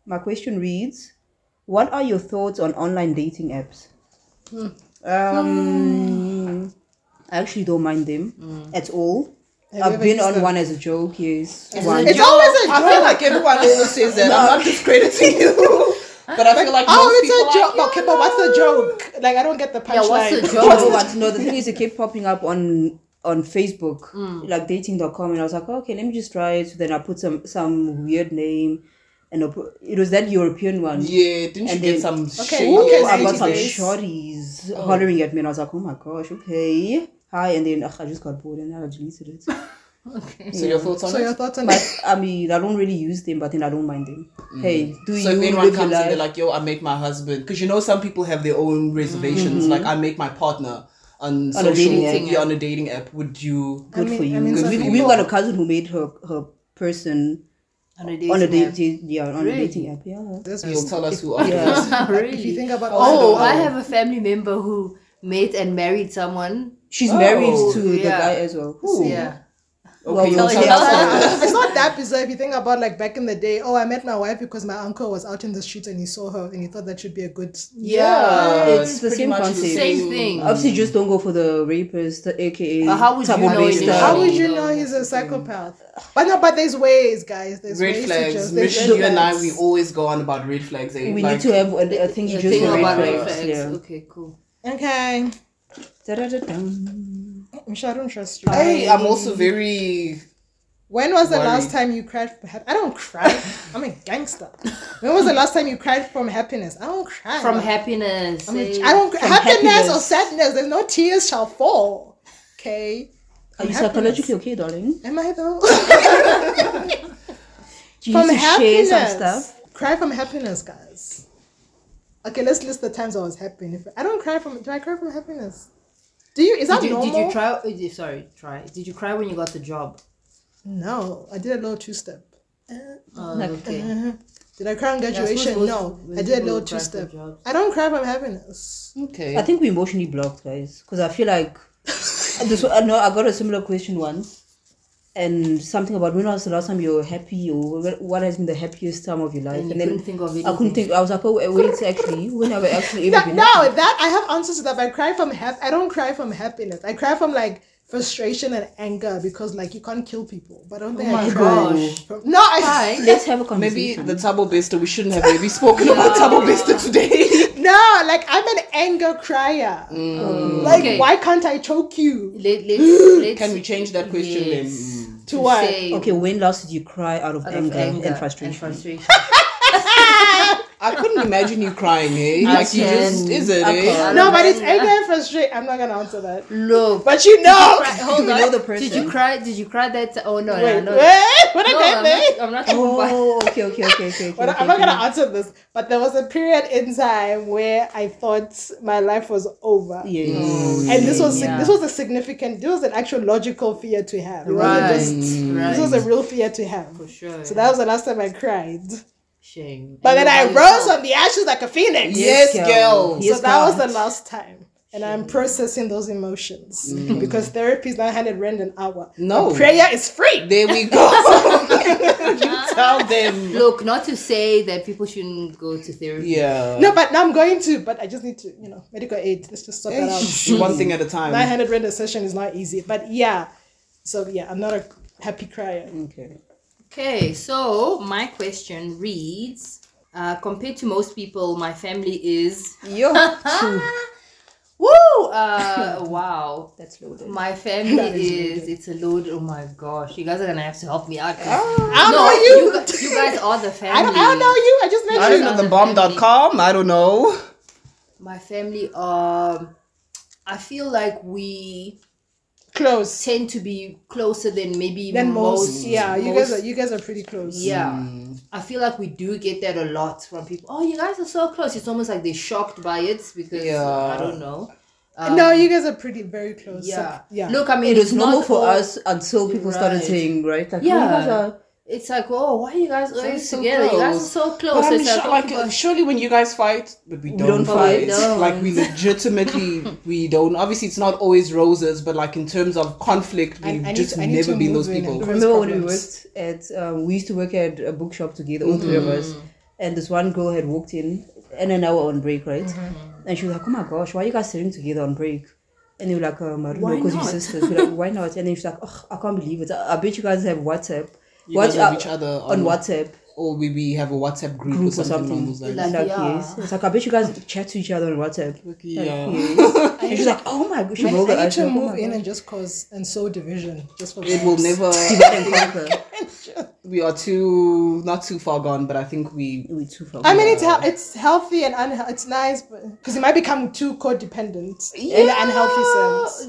My question reads, what are your thoughts on online dating apps? Hmm. Um, I actually don't mind them at all. Hmm. Have you I've ever been used on them? one as a joke, yes. One. It's always a joke. I feel like everyone always says that. I'm not discrediting you, but I feel like oh, most it's people a are joke. like, "Yeah, okay, but what's the joke? Like, I don't get the punchline. Yeah, what's the Trouble joke? ones. No, the thing is, it kept popping up on on Facebook, like dating.com, and I was like, okay, let me just try it. So then I put some some weird name, and I put- it was that European one. Yeah, didn't you And get then- some Okay, shade? Ooh, okay, So I got some days. shorties hollering at me, and I was like, oh my gosh, okay, hi, and then ugh, I just got bored and I deleted it. So your thoughts on So it? your thoughts on but that? I mean, I don't really use them, but then I don't mind them. Hey, do So if you anyone live your comes and they're life? like, "Yo, I make my husband," because you know some people have their own reservations. Like, I make my partner on, social Mm-hmm. dating dating app. yeah, on a dating app. Would you? Good I for mean- you. I mean, some we, we've people- got a cousin who made her her person On a on a dating app. dating, yeah, on a Really? dating app, yeah. This You'll was- tell us who. After Yeah. Really? If you think about all Oh, the- I have a family member who met and married someone. She's married Oh, to the yeah. guy as well. So, yeah. Well, Okay, we'll you tell tell you us after. after. it's not that bizarre if you think about like back in the day. Oh, I met my wife because my uncle was out in the street and he saw her and he thought that should be a good. Yeah, It's the pretty same much the concept. Same thing. Obviously, just don't go for the rapist, aka. But how would you Thabo know Mbeki. initially? How would Yeah. you know he's a psychopath? But no, but there's ways, guys. There's Red ways to flags. just. Mitch, there's you red and I, flags. we always go on about red flags. Eh? We Like, need to have a, a thing The you just thing for about red red flags. flags. Yeah. Okay, cool. Okay, Da-da-da-dum. Michelle, I don't trust you. Hey, I'm also very. When was the Worry. last time you cried? For hap- I don't cry. I'm a gangster. When was the last time you cried from happiness? I don't cry. From happiness. I'm a- eh? I don't. Happiness, or happiness. sadness. There's no tears shall fall. Okay. Are you Happiness. psychologically okay, darling? Am I though? Do you from need to share happiness. some stuff? Cry from happiness, guys. Okay, let's list the times I was happy. If I don't cry from, do I cry from happiness? Do you? Is that Did you, normal? did you try? oh, you- Sorry, try. Did you cry when you got the job? No, I did a little two step. Oh, okay. Did I cry on graduation? most- no, most I did a people little cry for two step. jobs. I don't cry from happiness. Okay. I think we emotionally blocked, guys, because I feel like this. I know I got a similar question once, and something about when was the last time you were happy, or wh- what has been the happiest time of your life? And you couldn't think of I couldn't anything. think. I was like, oh wait, wait, actually, when have I actually ever That, been? no, happy? that I have answers to that. But I cry from hap- I don't cry from happiness. I cry from like frustration and anger because like you can't kill people. But I don't think Oh my I can. gosh. No, I Let's have a Maybe conversation. the Tabo Bester, we shouldn't have maybe spoken about Tabo Bester today. no, like I'm an anger crier. Like Mm. Okay. why can't I choke you? Let, let's, let's, Can we change that question then? Yes. To what? Say okay, when last did you cry out of, out of anger, anger and frustration? I couldn't imagine you crying, eh? Like you can. just is it, I eh? can't. No, but it's anger and frustration. I'm not gonna answer that. Look, But you know. Right, hold Do we on. know the Did you person? cry? Did you cry that? ti- Oh no, Wait, no, no. wait, what I No, can't I'm say? not, I'm not talking about. Oh, okay, okay, okay, okay. okay, But okay, I'm not okay. gonna answer this, but there was a period in time where I thought my life was over. Yes. And this was Mm, Yeah. this was a significant this was an actual logical fear to have. It wasn't Right, just- right. this was a real fear to have. For sure. So that was the last time I cried. shame. But then And I you're by rose yourself. from the ashes like a phoenix. Yes, girl. girl. Yes, so that was girl. the last time. And I'm Mm. processing those emotions because therapy is not 100 rand an hour. No. But prayer is free. There we go. you tell them. Look, not to say that people shouldn't go to therapy. Yeah. no, but now I'm going to, but I just need to, you know, medical aid. Let's just sort that out. One thing at a time. 900 rand a session is not easy. But yeah. So yeah, I'm not a happy crier. Okay. Okay, so my question reads: uh, Compared to most people, my family is Yo. woo. Uh, wow. That's loaded. My family is, it's a load. Oh my gosh, you guys are gonna have to help me out. 'cause- I no, know Oh. you. gu- you guys are the family. I don't, I don't know you. I just met I you. don't know the bomb.com. I don't know. My family um I feel like we Close. tend to be closer than maybe Then most, yeah, you guys are most- you guys are pretty close. yeah. I feel like we do get that a lot from people. Oh, you guys are so close. It's almost like they're shocked by it because Yeah. I don't know. Um, no, you guys are pretty very close. Yeah. Like, yeah. Look, I mean, It it's was normal not for all- us until people started Right. saying, right? Like, "Oh, Yeah. you guys are. It's like, oh, why are you guys always so together? You guys are close. so close. But I mean, It's like, oh, sure- like, okay, surely when you guys fight, but we don't, don't fight. fight. don't. Like we legitimately, we don't. Obviously, it's not always roses, but like in terms of conflict, I- I we've need just to- I need never to been those move in people. and- Remember when we problems. worked at, um, we used to work at a bookshop together, all three of us, and this one girl had walked in, and an hour on break, right? And she was like, oh my gosh, why are you guys sitting together on break? And they were like, um, I don't know, Why because you're not? sisters. We're like, why not? And then she's like, oh, I can't believe it. I, I bet you guys have WhatsApp. You guys have each other uh, on on- WhatsApp. Or we, we have a WhatsApp group, group or something. along those lines. Like, Like, yeah. yes. It's like, I bet you guys chat to each other on WhatsApp. Like, yeah. yes. And she's like, oh my gosh, she I, rolled her I need eyes. to like, oh move my in gosh. and just cause and sow division just for It will vibes. never. Divide and conquer. we are too not too far gone, but I think we. We too far. I mean, it's hel- it's healthy and unhealthy. It's nice, but because you might become too codependent in an unhealthy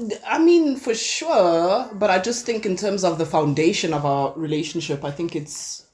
sense. I mean, for sure, but I just think in terms of the foundation of our relationship, I think it's,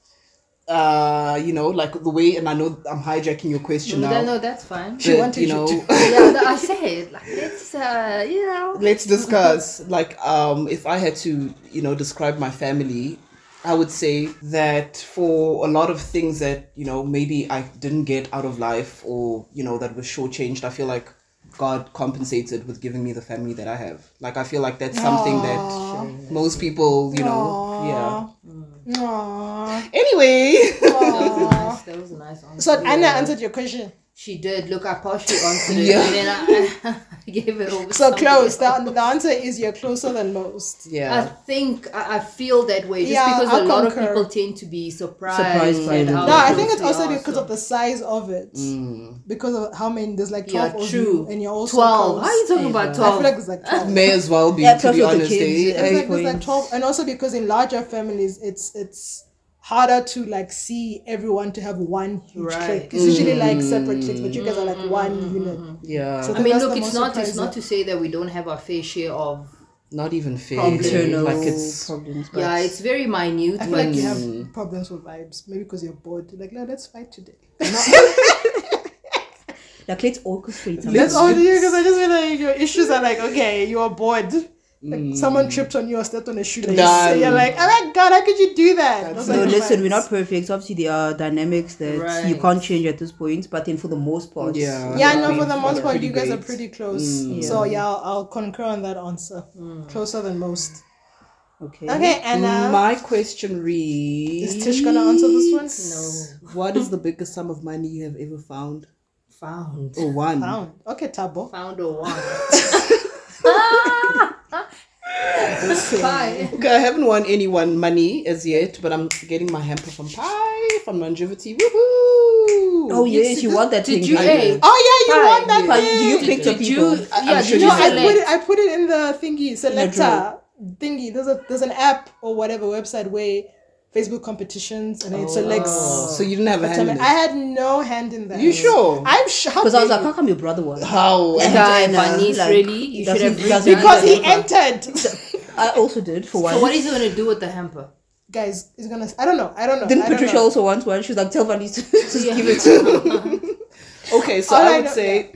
uh, you know, like the way, and I know I'm hijacking your question no, now. that- no, that's fine. but, wanted you you know, yeah, no, I said like it's uh, you know. let's discuss. Like, um, if I had to, you know, describe my family, I would say that for a lot of things that you know maybe I didn't get out of life, or you know that was shortchanged, I feel like God compensated with giving me the family that I have. Like, I feel like that's something that most people, you know, yeah. Aww. Anyway, Nice, that was a nice answer. So Anna answered your question. She did. Look, I partially answered it, Yeah. and then I, I gave it over. So somebody close. else. The, the answer is you're closer than most. Uh, I yeah. think I, I feel that way just Yeah, because I'll a lot concur. of people tend to be surprised. Surprised by at them. how No, I close think it's we also are, because so- Mm. of the size of it. Because of how many there's like yeah, twelve of true. you, and you're also twelve. How close. are you talking about I feel twelve? like it's like twelve. May as well be Yeah, to plus be with the honest. kids, eh? yeah. It's Eight like there's like points. twelve, and also because in larger families, it's it's harder to like see everyone to have one huge Right. clique. It's usually like separate cliques, but you guys are like one unit. Yeah, So I mean, That's look, the it's most not. It's not surprising. to say that we don't have our fair share of. not even fair. internal Like it's problems. But Yeah, it's very minute, I feel but like you have problems with vibes, maybe because you're bored. Like, no, let's fight today. like let's orchestrate. something. That's all you because I just feel like your issues are like, okay, you are bored. Like someone tripped on you or stepped on a shoelace. Done. And you're like, oh my god, how could you do that? Those No, are the listen, we're vibes. not perfect. Obviously, there are dynamics that you Right. can't change at this point. But then, for the most part, Yeah. Yeah, Yeah, no, we- for the most we're part, pretty you guys are great. pretty close. Mm. So, yeah, I'll, I'll concur on that answer. Closer than most. Okay. Okay, uh, Anna. My question reads: is Tish gonna answer this one? What is the biggest sum of money you have ever found? found Or Mm. one? No. Okay, Tabo. found a one. Bye. Okay, I haven't won anyone money as yet, but I'm getting my hamper from Pi from longevity. Woohoo! Oh yes, you want that Did thing. you? right? Hey, Oh yeah, you Pie, want that But thing. do you pick the did you? uh, people? Yeah, sure did you No, you I put it. select? I put it in the thingy selector drawer. thingy. There's a there's an app or whatever website where Facebook competitions and Oh, it selects. Oh. so you didn't have a I hand in it. had no hand in that. You sure? I'm sure. Because I was like, how come your brother won? How? And Guy, then, uh, Vanis, like, really? You should doesn't- have read doesn't- that. because he doesn't- entered. I also did for one. So what is he gonna do with the hamper? Guys, it's gonna. I don't know. I don't know. Didn't I don't Patricia know. also want one? She was like, tell Vanessa to just give it to me. Okay, so All I I would know- say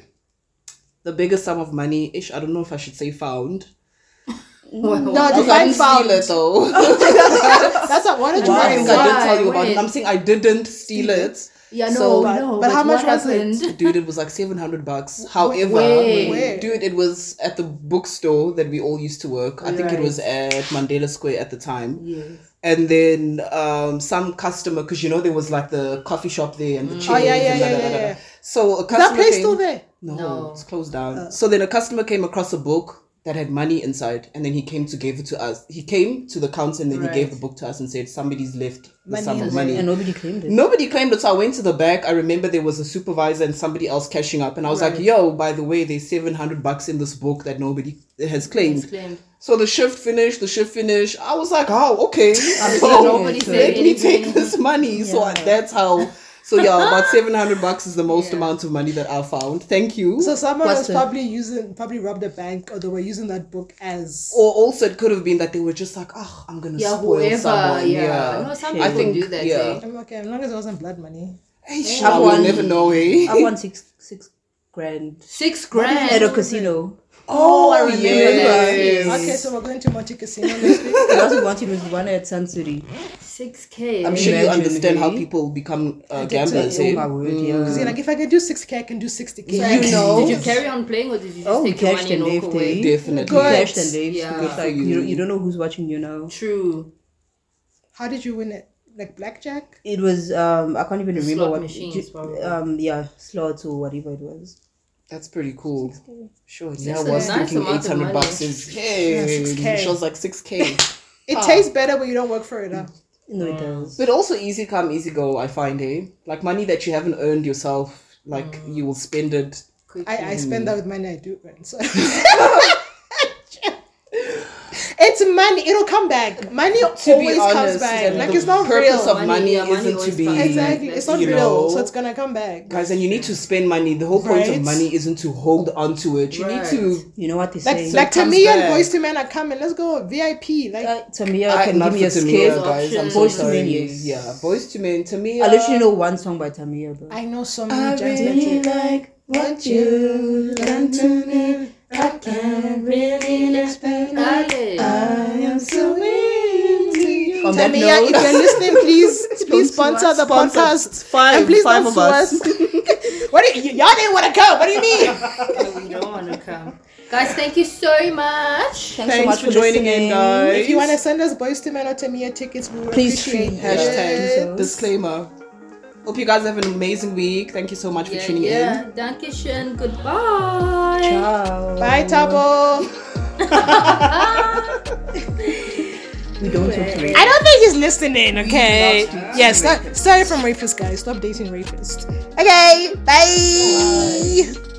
the biggest sum of money ish. I don't know if I should say found. No, I define didn't foul. steal it though. That's not what did you One Why? thing guys I did Why tell you about would it. I'm saying I didn't steal it. Yeah, no, So- But- no. but how much what was it? happened? Dude, it was like seven hundred bucks. However, Wait. Where? dude, it was at the bookstore that we all used to work. I think it Right. was at Mandela Square at the time. Yes. and then um, some customer because you know there was like the coffee shop there and the chairs Oh, yeah, yeah, and da, yeah, da, da, da. yeah. so a customer That place came, still there? Uh. No, No. it's closed down so then a customer came across a book that had money inside and then he came to give it to us he came to the counter and then Right. he gave the book to us and said somebody's left the Money sum in of there. money and nobody claimed it. Nobody claimed it, so I went to the back. I remember there was a supervisor and somebody else cashing up, and I was like, "Yo, by the way, there's seven hundred bucks in this book that nobody has claimed." Explained. So the shift finished, the shift finished. I was like, oh, okay. glad So nobody let said me anything. take this money. So I, that's how. So yeah, about 700 bucks is the most amount of money that I found. Thank you. So someone was Question. probably using probably robbed a bank or they were using that book as. or also it could have been that they were just like, oh, I'm going to Yeah, spoil whoever. someone. yeah. Yeah. no, some I people think, do that. yeah. eh? I'm okay, as long as it wasn't blood money. Hey, shit, I will won- never know, eh? I won six six grand Six at a grand. casino. Oh, I remember yes. Okay, so we're going to Monte Casino next week. The last we wanted was the one at Sun City. Six k. I'm sure you Imagine, understand how eh? people become uh, did too. gamblers, Oh eh? my word, So yeah. you're like, if I can do 6K, I can do 60K. You know. Did you carry on playing or did you just Oh, take your cashed money and and walk left, away? eh? Definitely. You Good. cashed and left. Yeah. Good for Like, you. you. You, don't know who's watching you now. True. How did you win it? Like blackjack? It was um I can't even remember slot what machines, ju- probably. um yeah slots or whatever it was. That's pretty cool. Sure, yeah, I That's a was nice thinking amount of 800 money. bucks is, hey, 6K. she was like 6K. Ah. It tastes better when you don't work for it. Huh? No, it Mm. does. But also easy come, easy go, I find, eh? Like money that you haven't earned yourself, like you will spend it. I, I spend Mm. that with money I do earn. So. it's money. It'll come back. Money To always be honest, comes back. and Like the it's not real. purpose of money, Money, yeah, money isn't to always be comes back. exactly. It's not you real. know, so it's gonna come back. guys, and you need to spend money. The whole point Right. of money isn't to hold on to it. You need to. You know what they Like, say? like comes Tamia and back. Boys to Men are coming. Let's go VIP. Like Uh, Tamia I, can not give me a for Tamia, scare. guys. I'm so Boyz II sorry. Men, yes. Yeah, boys to men. Tamia. I literally know one song by Tamia, but I know so many judgmental. really like what you done to me. I can't really explain. Alex. I am so On that Tamia, if note, you're listening, please please sponsor us. the Sponsor podcast. five- and please five don't of sue us. what do you, y'all didn't want to come? What do you mean? we don't want to come. Guys, thank you so Thanks, much. so Thanks much for joining listening. in, guys. If you want to send us Boys to Men or Tamia tickets, we would Please appreciate tweet. it. Hashtag Yes. disclaimer. Hope you guys have an amazing week. Thank you so much for Yeah, tuning in. yeah. Danke schön. Goodbye. Ciao. Bye, Tabo. We don't talk to I don't think he's listening, okay? Yes, start, started from rapist, guys. Stop dating rapist. Okay, bye.